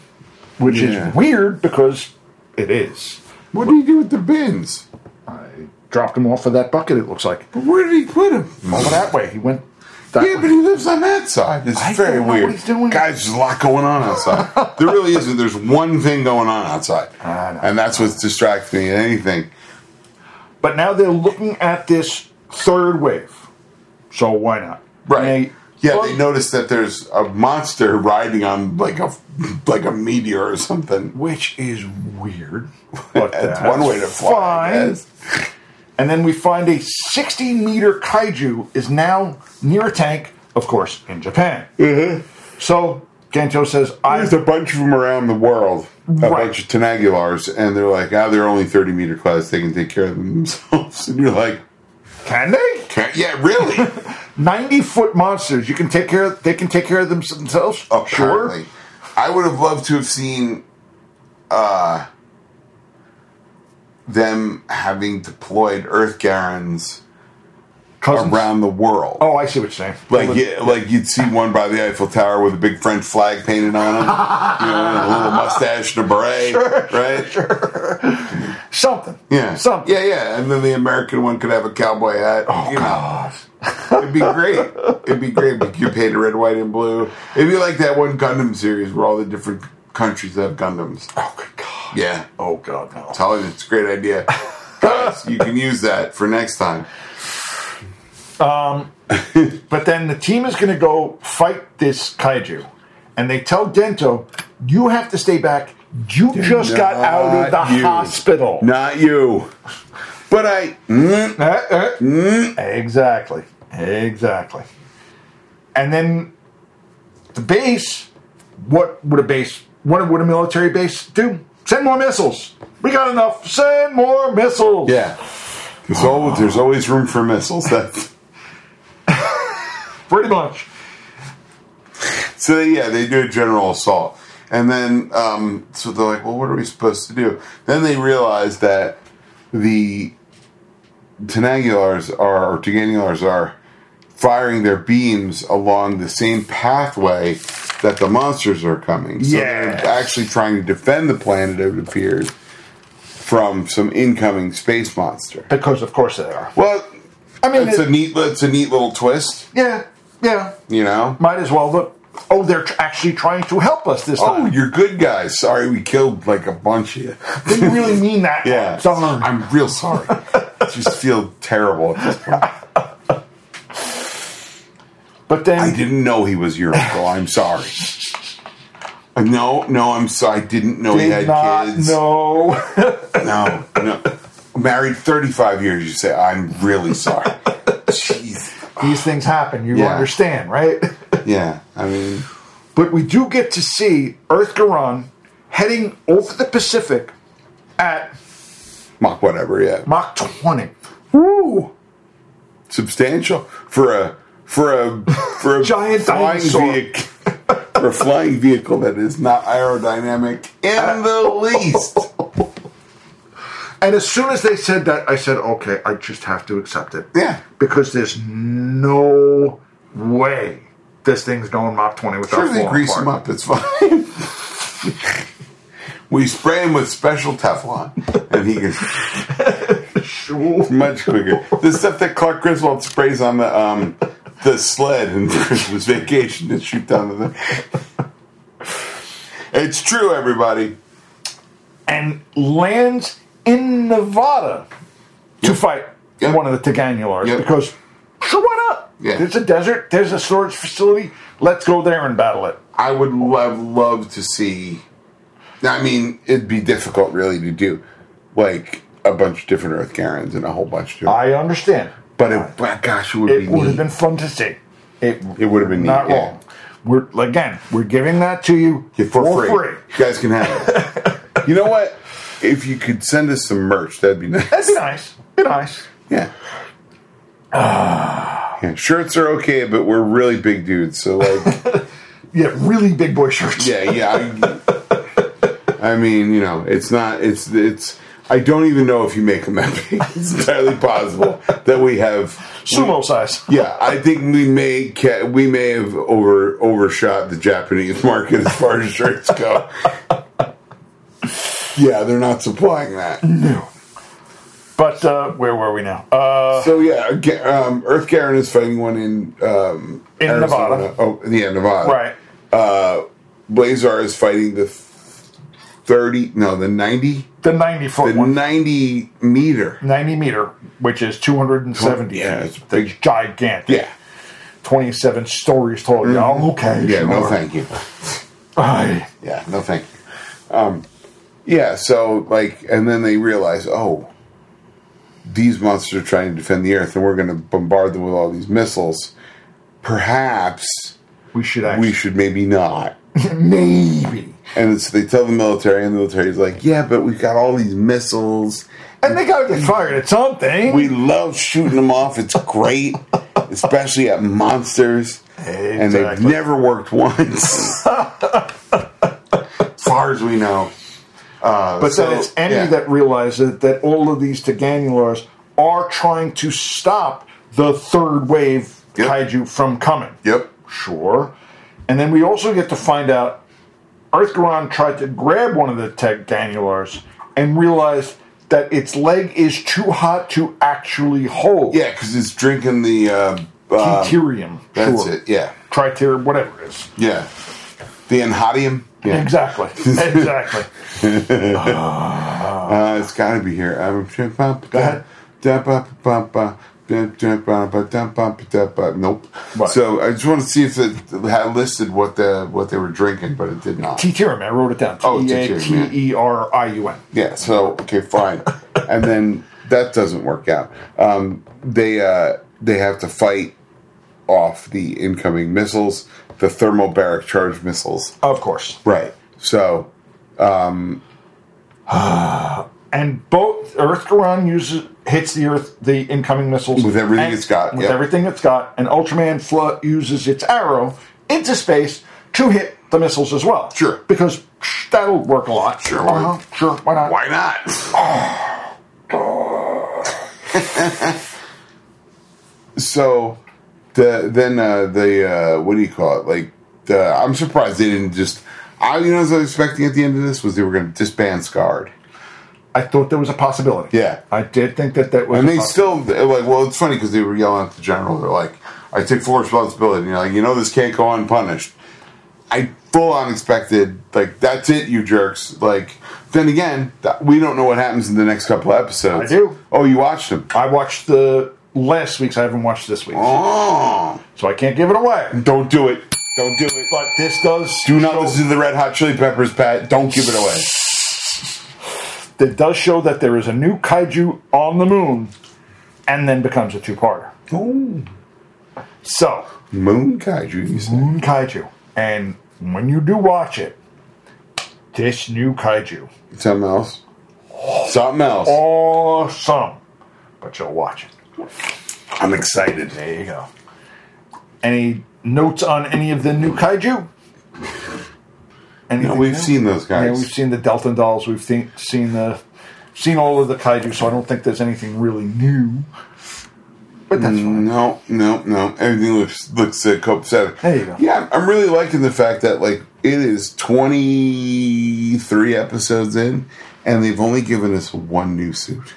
Speaker 3: which
Speaker 2: Yeah.
Speaker 3: is weird because it is.
Speaker 2: What do you do with the bins?
Speaker 3: Dropped him off of that bucket. It looks like
Speaker 2: Where did he put them?
Speaker 3: over that way. He went. That
Speaker 2: Yeah,
Speaker 3: way.
Speaker 2: but he lives on that side. It's
Speaker 3: I
Speaker 2: very
Speaker 3: don't know
Speaker 2: weird.
Speaker 3: what he's doing.
Speaker 2: Guys, there's a lot going on outside. there really isn't. There's one thing going on outside,
Speaker 3: I know.
Speaker 2: and that's what's distracting me. Anything.
Speaker 3: But now they're looking at this third wave. So why not? And they-
Speaker 2: yeah,
Speaker 3: well,
Speaker 2: they noticed that there's a monster riding on like a like a meteor or something.
Speaker 3: Which is weird. But
Speaker 2: That's one way to fly, I
Speaker 3: fine.
Speaker 2: guess.
Speaker 3: And then we find a 60 meter kaiju is now near a tank, of course, in Japan. So Gento says, I.
Speaker 2: Mm-hmm. There's a bunch of them around the world, a
Speaker 3: Right.
Speaker 2: bunch of Tenagulars, and they're like, ah, they're only 30 meter class. They can take care of themselves. And you're like,
Speaker 3: Can they?
Speaker 2: "Can't- yeah, really?
Speaker 3: 90 foot monsters. You can take care of, they can take care of them- themselves?
Speaker 2: apparently.
Speaker 3: Sure.
Speaker 2: I would have loved to have seen uh, them having deployed Earth Garons
Speaker 3: Cousins.
Speaker 2: around the world.
Speaker 3: Oh, I see what you're saying.
Speaker 2: Like, yeah, like you'd see one by the Eiffel Tower with a big French flag painted on him, you know, and a little mustache and a beret, right?
Speaker 3: Something.
Speaker 2: Yeah,
Speaker 3: Something.
Speaker 2: Yeah, yeah. And then the American one could have a cowboy hat. Oh God, it'd be great. It'd be great. But you painted red, white, and blue. It'd be like that one Gundam series where all the different countries have Gundams.
Speaker 3: Oh, good God.
Speaker 2: Yeah,
Speaker 3: Oh, God, no.
Speaker 2: Holly, it's a great idea. Guys, you can use that for next time.
Speaker 3: But then the team is going to go fight this kaiju, and they tell Dento, "You have to stay back. You just got out of the
Speaker 2: Not you.
Speaker 3: hospital."
Speaker 2: Not you, but I. Mm,
Speaker 3: Eh, eh. Exactly. Exactly. And then the base. What would a base? What would a military base do? Send more missiles. We got enough. Send more missiles.
Speaker 2: yeah. There's always, there's always room for missiles. That's.
Speaker 3: Pretty much.
Speaker 2: So they, yeah, they do a general assault, and then um, so they're like, "Well, what are we supposed to do?" Then they realize that the Tenagulars are or Teganulars are firing their beams along the same pathway that the monsters are coming. So
Speaker 3: Yes.
Speaker 2: they're actually trying to defend the planet, it appears, from some incoming space monster.
Speaker 3: Because of course they are.
Speaker 2: Well,
Speaker 3: I mean,
Speaker 2: it's
Speaker 3: it-
Speaker 2: a neat, it's a neat little twist,
Speaker 3: yeah, yeah.
Speaker 2: you know.
Speaker 3: might as well look. Oh, they're tr- actually trying to help us this
Speaker 2: Oh,
Speaker 3: time.
Speaker 2: you're good guys. Sorry, we killed like a bunch of you.
Speaker 3: They really mean that.
Speaker 2: Yeah.
Speaker 3: Darn.
Speaker 2: I'm real sorry. I just feel terrible at this point.
Speaker 3: But then,
Speaker 2: I didn't know he was your uncle. I'm sorry. Uh, No, no, I'm sorry. I didn't know he
Speaker 3: did
Speaker 2: had
Speaker 3: not
Speaker 2: kids.
Speaker 3: know.
Speaker 2: No, no. Married 35 years, you say. I'm really sorry. Jeez.
Speaker 3: These things happen. You
Speaker 2: Yeah.
Speaker 3: understand, right?
Speaker 2: Yeah, I mean,
Speaker 3: But we do get to see Earth Garan heading over the Pacific at
Speaker 2: mock whatever, yeah.
Speaker 3: Mach 20.
Speaker 2: Woo! Substantial for a for a for a
Speaker 3: Giant
Speaker 2: flying
Speaker 3: dinosaur.
Speaker 2: vehicle for a flying vehicle that is not aerodynamic
Speaker 3: Uh,
Speaker 2: in the
Speaker 3: oh,
Speaker 2: least.
Speaker 3: And as soon as they said that, I said, okay, I just have to accept it.
Speaker 2: Yeah.
Speaker 3: Because there's no way this thing's going Mach 20 without
Speaker 2: Sure, they
Speaker 3: falling
Speaker 2: grease
Speaker 3: apart.
Speaker 2: them up. It's fine. we spray him with special Teflon, and he gets much quicker. The stuff that Clark Griswold sprays on the um, the sled in Christmas Vacation to shoot down the thing. It's true, everybody.
Speaker 3: and lands in Nevada to fight
Speaker 2: Yep.
Speaker 3: one of the Taganulars
Speaker 2: Yep.
Speaker 3: because sure why not?
Speaker 2: Yeah.
Speaker 3: There's a desert, there's a storage facility, let's go there and battle it.
Speaker 2: I would love love to see. I mean, it'd be difficult, really, to do like a bunch of different Earth Karens and a whole bunch of. Different,
Speaker 3: I understand.
Speaker 2: but it, but gosh, it would be
Speaker 3: It would
Speaker 2: neat.
Speaker 3: have been fun to see. It,
Speaker 2: It would have been
Speaker 3: not
Speaker 2: neat, yeah.
Speaker 3: wrong. We're again, we're giving that to you
Speaker 2: Yeah, for, free. You guys can have it. you know what? If you could send us some merch, that'd be nice.
Speaker 3: That'd be nice. Be nice.
Speaker 2: Yeah. Yeah, shirts are okay, but we're really big dudes, so like,
Speaker 3: Yeah, really big boy shirts.
Speaker 2: yeah, yeah. I, I mean, you know, it's not, it's, it's. I don't even know if you make them that big. It's entirely possible that we have.
Speaker 3: Sumo size.
Speaker 2: Yeah, I think we may ca- we may have over overshot the Japanese market as far as shirts go. yeah, they're not supplying that.
Speaker 3: But uh, where were we now? Uh,
Speaker 2: So yeah, Ga- um, Earth Garen is fighting one in um,
Speaker 3: In Nevada.
Speaker 2: Oh, yeah, Nevada.
Speaker 3: right.
Speaker 2: Uh, Blazar is fighting the thirty, no, the ninety,
Speaker 3: The 90
Speaker 2: the
Speaker 3: foot one.
Speaker 2: ninety meter.
Speaker 3: 90 meter, which is 270
Speaker 2: Yeah,
Speaker 3: feet.
Speaker 2: it's big.
Speaker 3: gigantic.
Speaker 2: Yeah, Mm-hmm.
Speaker 3: 27 stories tall. Yeah, okay.
Speaker 2: yeah. No,
Speaker 3: sure.
Speaker 2: thank you.
Speaker 3: Aye.
Speaker 2: Yeah, no thank you. Um, yeah, so like, and then they realize, oh, these monsters are trying to defend the Earth, and we're going to bombard them with all these missiles. Perhaps
Speaker 3: we should
Speaker 2: we
Speaker 3: actually.
Speaker 2: should maybe not.
Speaker 3: maybe.
Speaker 2: And so they tell the military, and the military's like, yeah, but we've got all these missiles.
Speaker 3: And they got to get fired at something.
Speaker 2: We love shooting them off. It's great, especially at monsters. And they've
Speaker 3: Exactly.
Speaker 2: never worked once. as far as we know. Uh,
Speaker 3: But
Speaker 2: so,
Speaker 3: then it's any
Speaker 2: yeah.
Speaker 3: that realizes that all of these Taganulars are trying to stop the third wave
Speaker 2: Yep.
Speaker 3: kaiju from coming.
Speaker 2: Yep.
Speaker 3: Sure. And then we also get to find out Earthgaron tried to grab one of the Taganulars and realized that its leg is too hot to actually hold.
Speaker 2: Yeah, because it's drinking the. Uh, uh,
Speaker 3: Deuterium.
Speaker 2: that's
Speaker 3: sure.
Speaker 2: it. Yeah.
Speaker 3: Tritium, whatever it is.
Speaker 2: Yeah. The enhadium. Yeah.
Speaker 3: Exactly. Exactly.
Speaker 2: Uh, it's got to be here. Um, Go
Speaker 3: ahead.
Speaker 2: Nope.
Speaker 3: What?
Speaker 2: So I just want to see if it had listed what the what they were drinking, but it did not.
Speaker 3: Deuterium, I wrote it down.
Speaker 2: Oh,
Speaker 3: T E A
Speaker 2: Deuterium, yeah.
Speaker 3: T E R I U M.
Speaker 2: Yeah. So okay, fine. and then that doesn't work out. Um, they uh, they have to fight off the incoming missiles, the thermobaric charge missiles.
Speaker 3: Of course.
Speaker 2: Right. So
Speaker 3: and both Earth Garan uses hits the Earth the incoming missiles
Speaker 2: With everything
Speaker 3: and-
Speaker 2: it's got,
Speaker 3: With
Speaker 2: yep.
Speaker 3: everything it's got, and Ultraman fl- uses its arrow into space to hit the missiles as well.
Speaker 2: Sure.
Speaker 3: because psh, that'll work a lot.
Speaker 2: Sure would.
Speaker 3: uh-huh. sure. Why not?
Speaker 2: Why not? so, the then uh, the uh, what do you call it? Like the I'm surprised they didn't just. I you know what I was expecting at the end of this was they were going to disband Scarred,
Speaker 3: I thought there was a possibility.
Speaker 2: Yeah.
Speaker 3: I did think that that was.
Speaker 2: and
Speaker 3: a
Speaker 2: they
Speaker 3: possi-
Speaker 2: still they're like. Well, it's funny because they were yelling at the general. They're like, "I take full responsibility." And you're like, you know, this can't go unpunished. I full on expected like that's it, you jerks. Like then again, th- we don't know what happens in the next couple of episodes.
Speaker 3: I do.
Speaker 2: Oh, you watched them.
Speaker 3: I watched the last week's. I haven't watched this week's,
Speaker 2: Oh,
Speaker 3: so I can't give it away.
Speaker 2: don't do it. Don't do it.
Speaker 3: But this does
Speaker 2: Do not
Speaker 3: show-
Speaker 2: listen to the Red Hot Chili Peppers, Pat. Don't give it away.
Speaker 3: that does show that there is a new kaiju on the moon, and then becomes a two-parter. So
Speaker 2: Moon Kaiju, you said.
Speaker 3: moon kaiju. And when you do watch it, this new kaiju,
Speaker 2: Something else.
Speaker 3: Oh.
Speaker 2: Something else.
Speaker 3: awesome. But you'll watch it.
Speaker 2: I'm excited.
Speaker 3: There you go. Any notes on any of the new kaiju? Anything
Speaker 2: No, we've
Speaker 3: new?
Speaker 2: seen those
Speaker 3: Yeah,
Speaker 2: guys.
Speaker 3: we've seen the Delta dolls. We've thi- seen the seen all of the kaiju. So I don't think there's anything really new. But that's fine.
Speaker 2: No, no, no. Everything looks looks uh, copacetic.
Speaker 3: There you go.
Speaker 2: Yeah, I'm really liking the fact that like it is 23 episodes in, and they've only given us one new suit.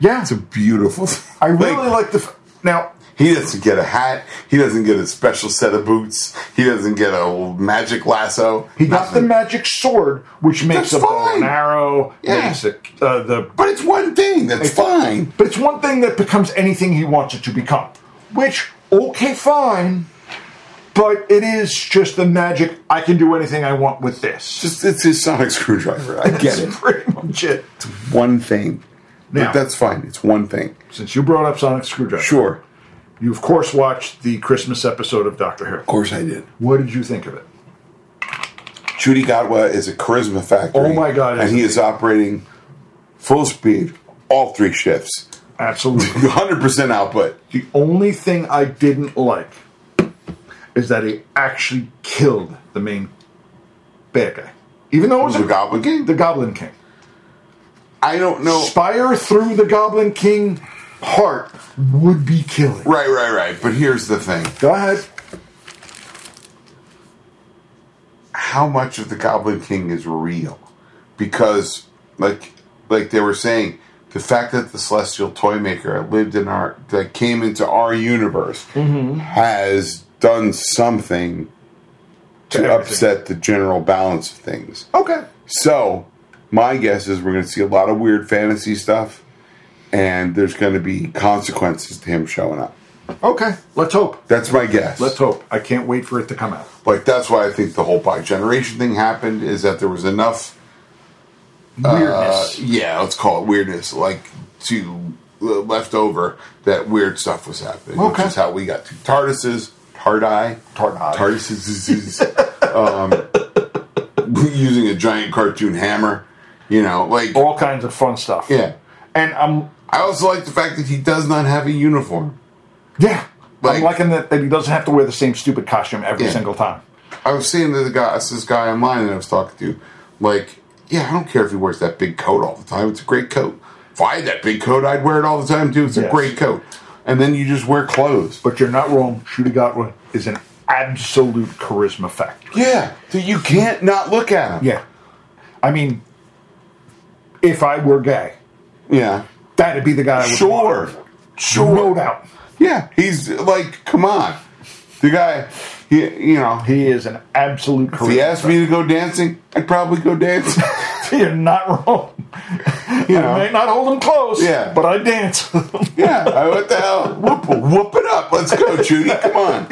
Speaker 3: Yeah,
Speaker 2: It's a beautiful. thing.
Speaker 3: I really like the f- now.
Speaker 2: He doesn't get a hat. He doesn't get a special set of boots. He doesn't get a magic lasso.
Speaker 3: He got the
Speaker 2: Nothing.
Speaker 3: magic sword, which makes a
Speaker 2: That's
Speaker 3: bow
Speaker 2: fine.
Speaker 3: and arrow.
Speaker 2: Yeah.
Speaker 3: Makes a, uh, the
Speaker 2: But it's one thing. That's fine.
Speaker 3: But it's one thing that becomes anything he wants it to become. Which, okay, fine. But it is just the magic. I can do anything I want with this.
Speaker 2: Just it's his sonic screwdriver. I get
Speaker 3: that's
Speaker 2: it.
Speaker 3: pretty much it.
Speaker 2: One thing.
Speaker 3: Now-
Speaker 2: but that's fine. It's one thing.
Speaker 3: Since you brought up Sonic Screwdriver,
Speaker 2: Sure.
Speaker 3: you of course watched the Christmas episode of Doctor Who.
Speaker 2: Of course I did.
Speaker 3: What did you think of it?
Speaker 2: Judy Godwa is a charisma factory.
Speaker 3: Oh my God,
Speaker 2: And
Speaker 3: isn't
Speaker 2: he
Speaker 3: he?
Speaker 2: is operating full speed all three shifts.
Speaker 3: Absolutely.
Speaker 2: 100% output.
Speaker 3: the only thing I didn't like is that he actually killed the main bad guy. Even though it was
Speaker 2: The
Speaker 3: a,
Speaker 2: Goblin King? Oh.
Speaker 3: the Goblin King.
Speaker 2: I don't know.
Speaker 3: Spire through the Goblin King heart would be killing.
Speaker 2: Right, right, right. But here's the thing.
Speaker 3: Go ahead.
Speaker 2: how much of the Goblin King is real? Because, like, like they were saying, the fact that the Celestial Toy Maker lived in our that came into our universe
Speaker 3: Mm-hmm.
Speaker 2: has done something to
Speaker 3: everything.
Speaker 2: upset the general balance of things.
Speaker 3: Okay.
Speaker 2: So, my guess is we're going to see a lot of weird fantasy stuff, and there's going to be consequences to him showing up.
Speaker 3: Okay. Let's hope.
Speaker 2: That's my guess.
Speaker 3: Let's hope. I can't wait for it to come out.
Speaker 2: Like that's why I think the whole Black Generation thing happened is that there was enough uh,
Speaker 3: Weirdness.
Speaker 2: yeah, let's call it weirdness, like to uh, left over that weird stuff was happening,
Speaker 3: Okay.
Speaker 2: which is how we got to Tardises, Tardai,
Speaker 3: Tardai.
Speaker 2: Tardises, um, using a giant cartoon hammer, you know, like
Speaker 3: All kinds of fun stuff.
Speaker 2: yeah.
Speaker 3: And I'm
Speaker 2: I also like the fact that he does not have a uniform.
Speaker 3: yeah.
Speaker 2: Like-
Speaker 3: I'm liking that, that he doesn't have to wear the same stupid costume every
Speaker 2: Yeah.
Speaker 3: single time.
Speaker 2: I was seeing the guy, it's this guy online that I was talking to, like, yeah, I don't care if he wears that big coat all the time. It's a great coat. If I had that big coat, I'd wear it all the time too. It's a
Speaker 3: Yes.
Speaker 2: great coat. And then you just wear clothes.
Speaker 3: But you're not wrong. Shudigatwa is an absolute charisma factor.
Speaker 2: Yeah, so you can't not look at him.
Speaker 3: Yeah. I mean, if I were gay,
Speaker 2: Yeah.
Speaker 3: that'd be the guy I would
Speaker 2: Sure.
Speaker 3: Sure. No doubt.
Speaker 2: Yeah, he's like, come on. The guy, he, you know, he,
Speaker 3: He is an absolute charisma
Speaker 2: if he asked me to go dancing, I'd probably go dancing.
Speaker 3: factor. You're not wrong.
Speaker 2: You
Speaker 3: I
Speaker 2: know,
Speaker 3: might not hold him close,
Speaker 2: Yeah.
Speaker 3: but I dance.
Speaker 2: yeah, I, what the hell? Whoop, whoop it up. Let's go, Judy. Come on.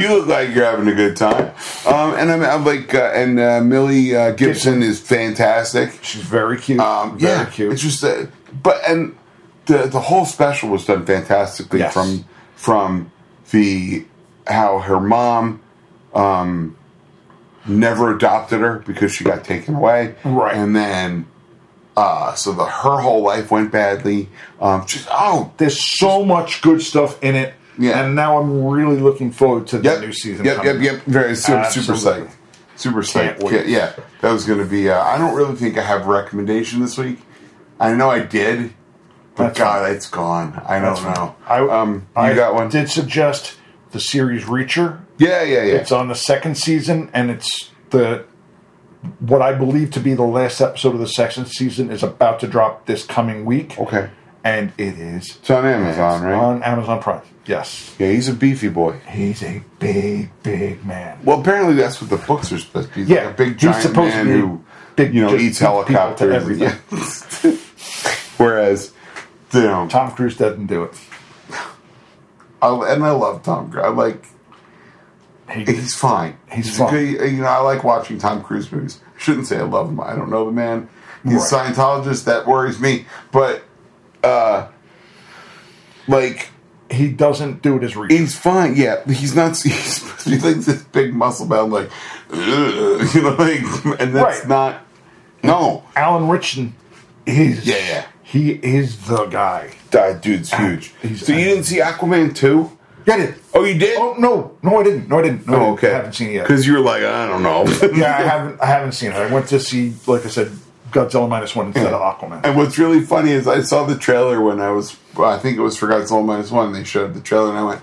Speaker 2: You look like you're having a good time. Um, and I'm, I'm like, uh, and uh, Millie uh, Gibson is fantastic.
Speaker 3: She's very cute.
Speaker 2: Um,
Speaker 3: very
Speaker 2: yeah,
Speaker 3: cute.
Speaker 2: It's just, uh, but and the the whole special was done fantastically
Speaker 3: Yes.
Speaker 2: from from the how her mom um, never adopted her because she got taken away,
Speaker 3: Right.
Speaker 2: And then uh, so the her whole life went badly. Um, just oh.
Speaker 3: There's so much good stuff in it.
Speaker 2: Yeah.
Speaker 3: And now I'm really looking forward to the
Speaker 2: Yep.
Speaker 3: new season.
Speaker 2: Yep,
Speaker 3: coming.
Speaker 2: yep, yep. Very super, super
Speaker 3: Absolutely.
Speaker 2: psyched. Super
Speaker 3: Can't
Speaker 2: psyched.
Speaker 3: wait.
Speaker 2: Yeah, that was going to be. Uh, I don't really think I have a recommendation this week. I know I did, but
Speaker 3: That's
Speaker 2: God, it's gone. I don't
Speaker 3: That's
Speaker 2: know.
Speaker 3: I,
Speaker 2: um, you
Speaker 3: I
Speaker 2: got one?
Speaker 3: did suggest the series Reacher.
Speaker 2: yeah, yeah, yeah.
Speaker 3: It's on the second season, and it's the what I believe to be the last episode of the second season is about to drop this coming week.
Speaker 2: okay,
Speaker 3: and it is
Speaker 2: it's on Amazon, right?
Speaker 3: on Amazon Prime. Yes,
Speaker 2: yeah, he's a beefy boy.
Speaker 3: he's a big, big man.
Speaker 2: Well, apparently that's what the books are supposed to be. He's
Speaker 3: Yeah,
Speaker 2: like a big
Speaker 3: he's
Speaker 2: giant
Speaker 3: supposed to
Speaker 2: man
Speaker 3: be
Speaker 2: who
Speaker 3: big,
Speaker 2: you know
Speaker 3: just
Speaker 2: eats
Speaker 3: beats people to
Speaker 2: helicopters. and-
Speaker 3: everything.
Speaker 2: yeah. Whereas, you know,
Speaker 3: Tom Cruise doesn't do it.
Speaker 2: I, and I love Tom. Cruise. I like
Speaker 3: He,
Speaker 2: He's fine.
Speaker 3: He's
Speaker 2: a
Speaker 3: fine.
Speaker 2: good- you know, I like watching Tom Cruise movies. I shouldn't say I love him. I don't know the man. He's a
Speaker 3: Right.
Speaker 2: Scientologist. That worries me. But, uh, like,
Speaker 3: he doesn't do it as Reacher.
Speaker 2: he's fine. Yeah, he's not. He's supposed to be like this big muscle bound, like, "Ugh," you know, like, and that's
Speaker 3: Right.
Speaker 2: not. No,
Speaker 3: Alan Richson is
Speaker 2: Yeah, yeah.
Speaker 3: he is the guy.
Speaker 2: that dude's huge.
Speaker 3: He's-
Speaker 2: so you didn't see Aquaman two?
Speaker 3: Get it?
Speaker 2: Oh, you did?
Speaker 3: Oh no, no, I didn't. No, I didn't. No, I
Speaker 2: Oh,
Speaker 3: didn't.
Speaker 2: okay.
Speaker 3: I haven't seen it yet.
Speaker 2: Because you were like, I don't know.
Speaker 3: yeah, I haven't. I haven't seen it. I went to see, like I said, Godzilla minus one instead of Aquaman.
Speaker 2: And what's really funny is I saw the trailer when I was, well, I think it was for Godzilla Minus One. They showed the trailer and I went,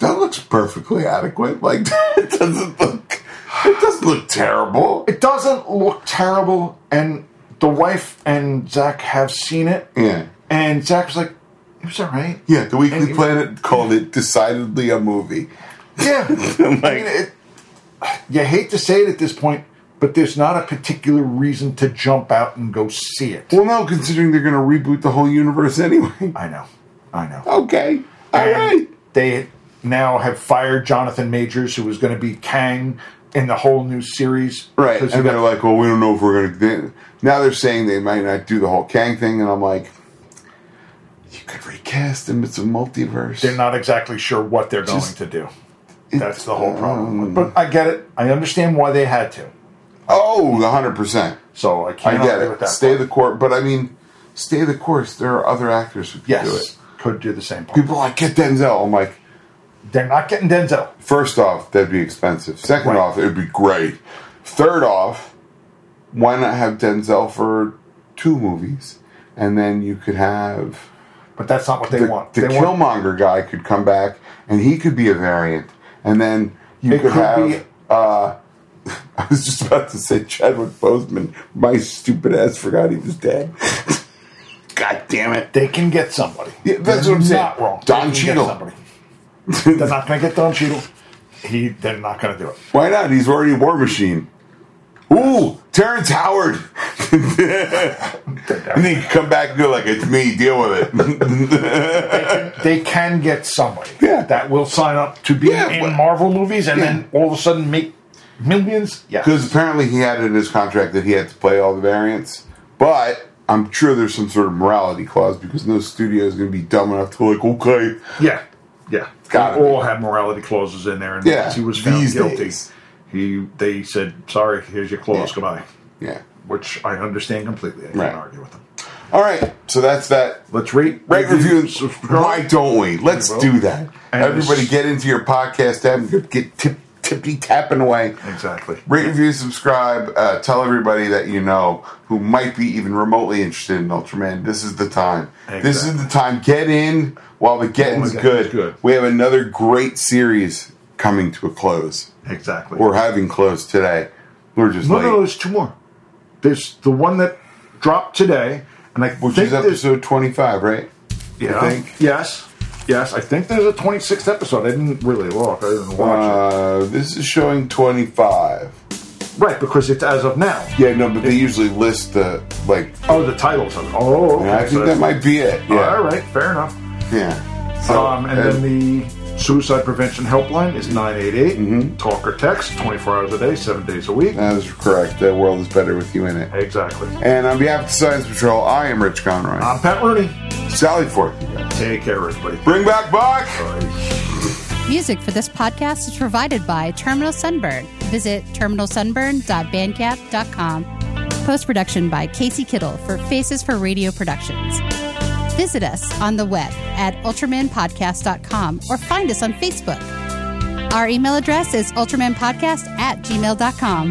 Speaker 2: that looks perfectly adequate. Like, it doesn't look, it doesn't look terrible.
Speaker 3: it doesn't look terrible, and the wife and Zach have seen it,
Speaker 2: Yeah.
Speaker 3: and Zach was like, "It was all right."
Speaker 2: Yeah, the Weekly
Speaker 3: And you-
Speaker 2: Planet called it decidedly a movie.
Speaker 3: Yeah. I mean, it, you hate to say it at this point, but there's not a particular reason to jump out and go see it.
Speaker 2: Well, no, considering they're going to reboot the whole universe anyway.
Speaker 3: I know. I know.
Speaker 2: Okay. All
Speaker 3: And
Speaker 2: right.
Speaker 3: They now have fired Jonathan Majors, who was going to be Kang in the whole new series.
Speaker 2: Right.
Speaker 3: Because you
Speaker 2: And they're
Speaker 3: got-
Speaker 2: like, well, we don't know if we're going to. Now they're saying they might not do the whole Kang thing. And I'm like, you could recast him. It's a multiverse.
Speaker 3: they're not exactly sure what they're going
Speaker 2: Just- um,
Speaker 3: to do. That's the whole problem. But I get it. I understand why they had to.
Speaker 2: Oh, 100%.
Speaker 3: So I can't
Speaker 2: I get
Speaker 3: argue with
Speaker 2: it.
Speaker 3: that.
Speaker 2: Stay
Speaker 3: part.
Speaker 2: the court. But I mean, stay the course. There are other actors who can
Speaker 3: Yes,
Speaker 2: do it.
Speaker 3: could do the same. Part.
Speaker 2: People are like get Denzel. I'm like,
Speaker 3: They're not getting Denzel.
Speaker 2: first off, that'd be expensive. Second
Speaker 3: Right.
Speaker 2: off, it'd be great. Third off, why not have Denzel for two movies, and then you could have
Speaker 3: But that's not what they
Speaker 2: the,
Speaker 3: want.
Speaker 2: the
Speaker 3: they want
Speaker 2: Killmonger guy could come back, and he could be a variant, and then you
Speaker 3: It
Speaker 2: could,
Speaker 3: could
Speaker 2: have.
Speaker 3: be-
Speaker 2: uh, I was just about to say Chadwick Boseman. My stupid ass forgot he was dead. God damn it!
Speaker 3: they can get somebody.
Speaker 2: Yeah, that's
Speaker 3: They're
Speaker 2: what I'm saying.
Speaker 3: Not wrong.
Speaker 2: Don
Speaker 3: They can get
Speaker 2: Cheadle.
Speaker 3: somebody. they're not going to get Don Cheadle. He. They're not going to do it.
Speaker 2: Why not? He's already a War Machine. Ooh, Terrence Howard. and he could come back and go like, "It's me. Deal with it."
Speaker 3: They can get somebody
Speaker 2: Yeah.
Speaker 3: that will sign up to be
Speaker 2: Yeah,
Speaker 3: in
Speaker 2: but-
Speaker 3: Marvel movies and
Speaker 2: Yeah.
Speaker 3: then all of a sudden make millions. Yeah.
Speaker 2: Because apparently he had in his contract that he had to play all the variants, but I'm sure there's some sort of morality clause because no studio is going to be dumb enough to like, okay,
Speaker 3: Yeah. Yeah.
Speaker 2: Gotta
Speaker 3: They
Speaker 2: be.
Speaker 3: all have morality clauses in there, and
Speaker 2: Yeah,
Speaker 3: once he was found
Speaker 2: these
Speaker 3: guilty,
Speaker 2: days.
Speaker 3: he they said, "Sorry, here's your clause.
Speaker 2: Yeah.
Speaker 3: Goodbye."
Speaker 2: yeah,
Speaker 3: Which I understand completely. I
Speaker 2: Right.
Speaker 3: can't argue with them.
Speaker 2: all right. So that's that.
Speaker 3: Let's rate,
Speaker 2: Rate review.
Speaker 3: subscribe.
Speaker 2: Why don't we? Let's
Speaker 3: We will.
Speaker 2: do that.
Speaker 3: And
Speaker 2: Everybody,
Speaker 3: s-
Speaker 2: get into your podcast app and get tip, tippy tapping away.
Speaker 3: Exactly.
Speaker 2: Rate, review, subscribe. Uh, tell everybody that you know who might be even remotely interested in Ultraman. This is the time. This is
Speaker 3: Exactly.
Speaker 2: the time. Get in while the getting's
Speaker 3: getting's
Speaker 2: good.
Speaker 3: good.
Speaker 2: We have another great series coming to a close.
Speaker 3: Exactly.
Speaker 2: We're having closed today. We're just
Speaker 3: no,
Speaker 2: late.
Speaker 3: no, there's two more. There's the one that dropped today, and I
Speaker 2: Which
Speaker 3: think
Speaker 2: is
Speaker 3: there's-
Speaker 2: episode 25, right?
Speaker 3: yeah,
Speaker 2: I think.
Speaker 3: yes, yes. I think there's a 26th episode. I didn't really look. I didn't watch
Speaker 2: Uh, this is showing 25.
Speaker 3: it. Right, because it's as of now.
Speaker 2: Yeah, no, but they usually list the, like,
Speaker 3: Oh, the titles. Of it. Oh, okay.
Speaker 2: and I
Speaker 3: so
Speaker 2: think that
Speaker 3: that's-
Speaker 2: might be it. Yeah.
Speaker 3: All right, fair enough.
Speaker 2: Yeah. So,
Speaker 3: um, and then the suicide prevention helpline is 988.
Speaker 2: Mm-hmm.
Speaker 3: Talk or text, 24 hours a day, seven days a week.
Speaker 2: that is correct. The world is better with you in it.
Speaker 3: Exactly.
Speaker 2: And on behalf of the Science Patrol, I am Rich Conroy.
Speaker 3: I'm Pat Rooney.
Speaker 2: Sally Forth. you guys.
Speaker 3: Take care, everybody.
Speaker 2: Bring back Buck!
Speaker 3: Bye.
Speaker 1: Music for this podcast is provided by Terminal Sunburn. Visit terminalsunburn.bandcamp.com. Post production by Casey Kittle for Faces for Radio Productions. Visit us on the web at ultramanpodcast.com or find us on Facebook. Our email address is ultramanpodcast at gmail.com.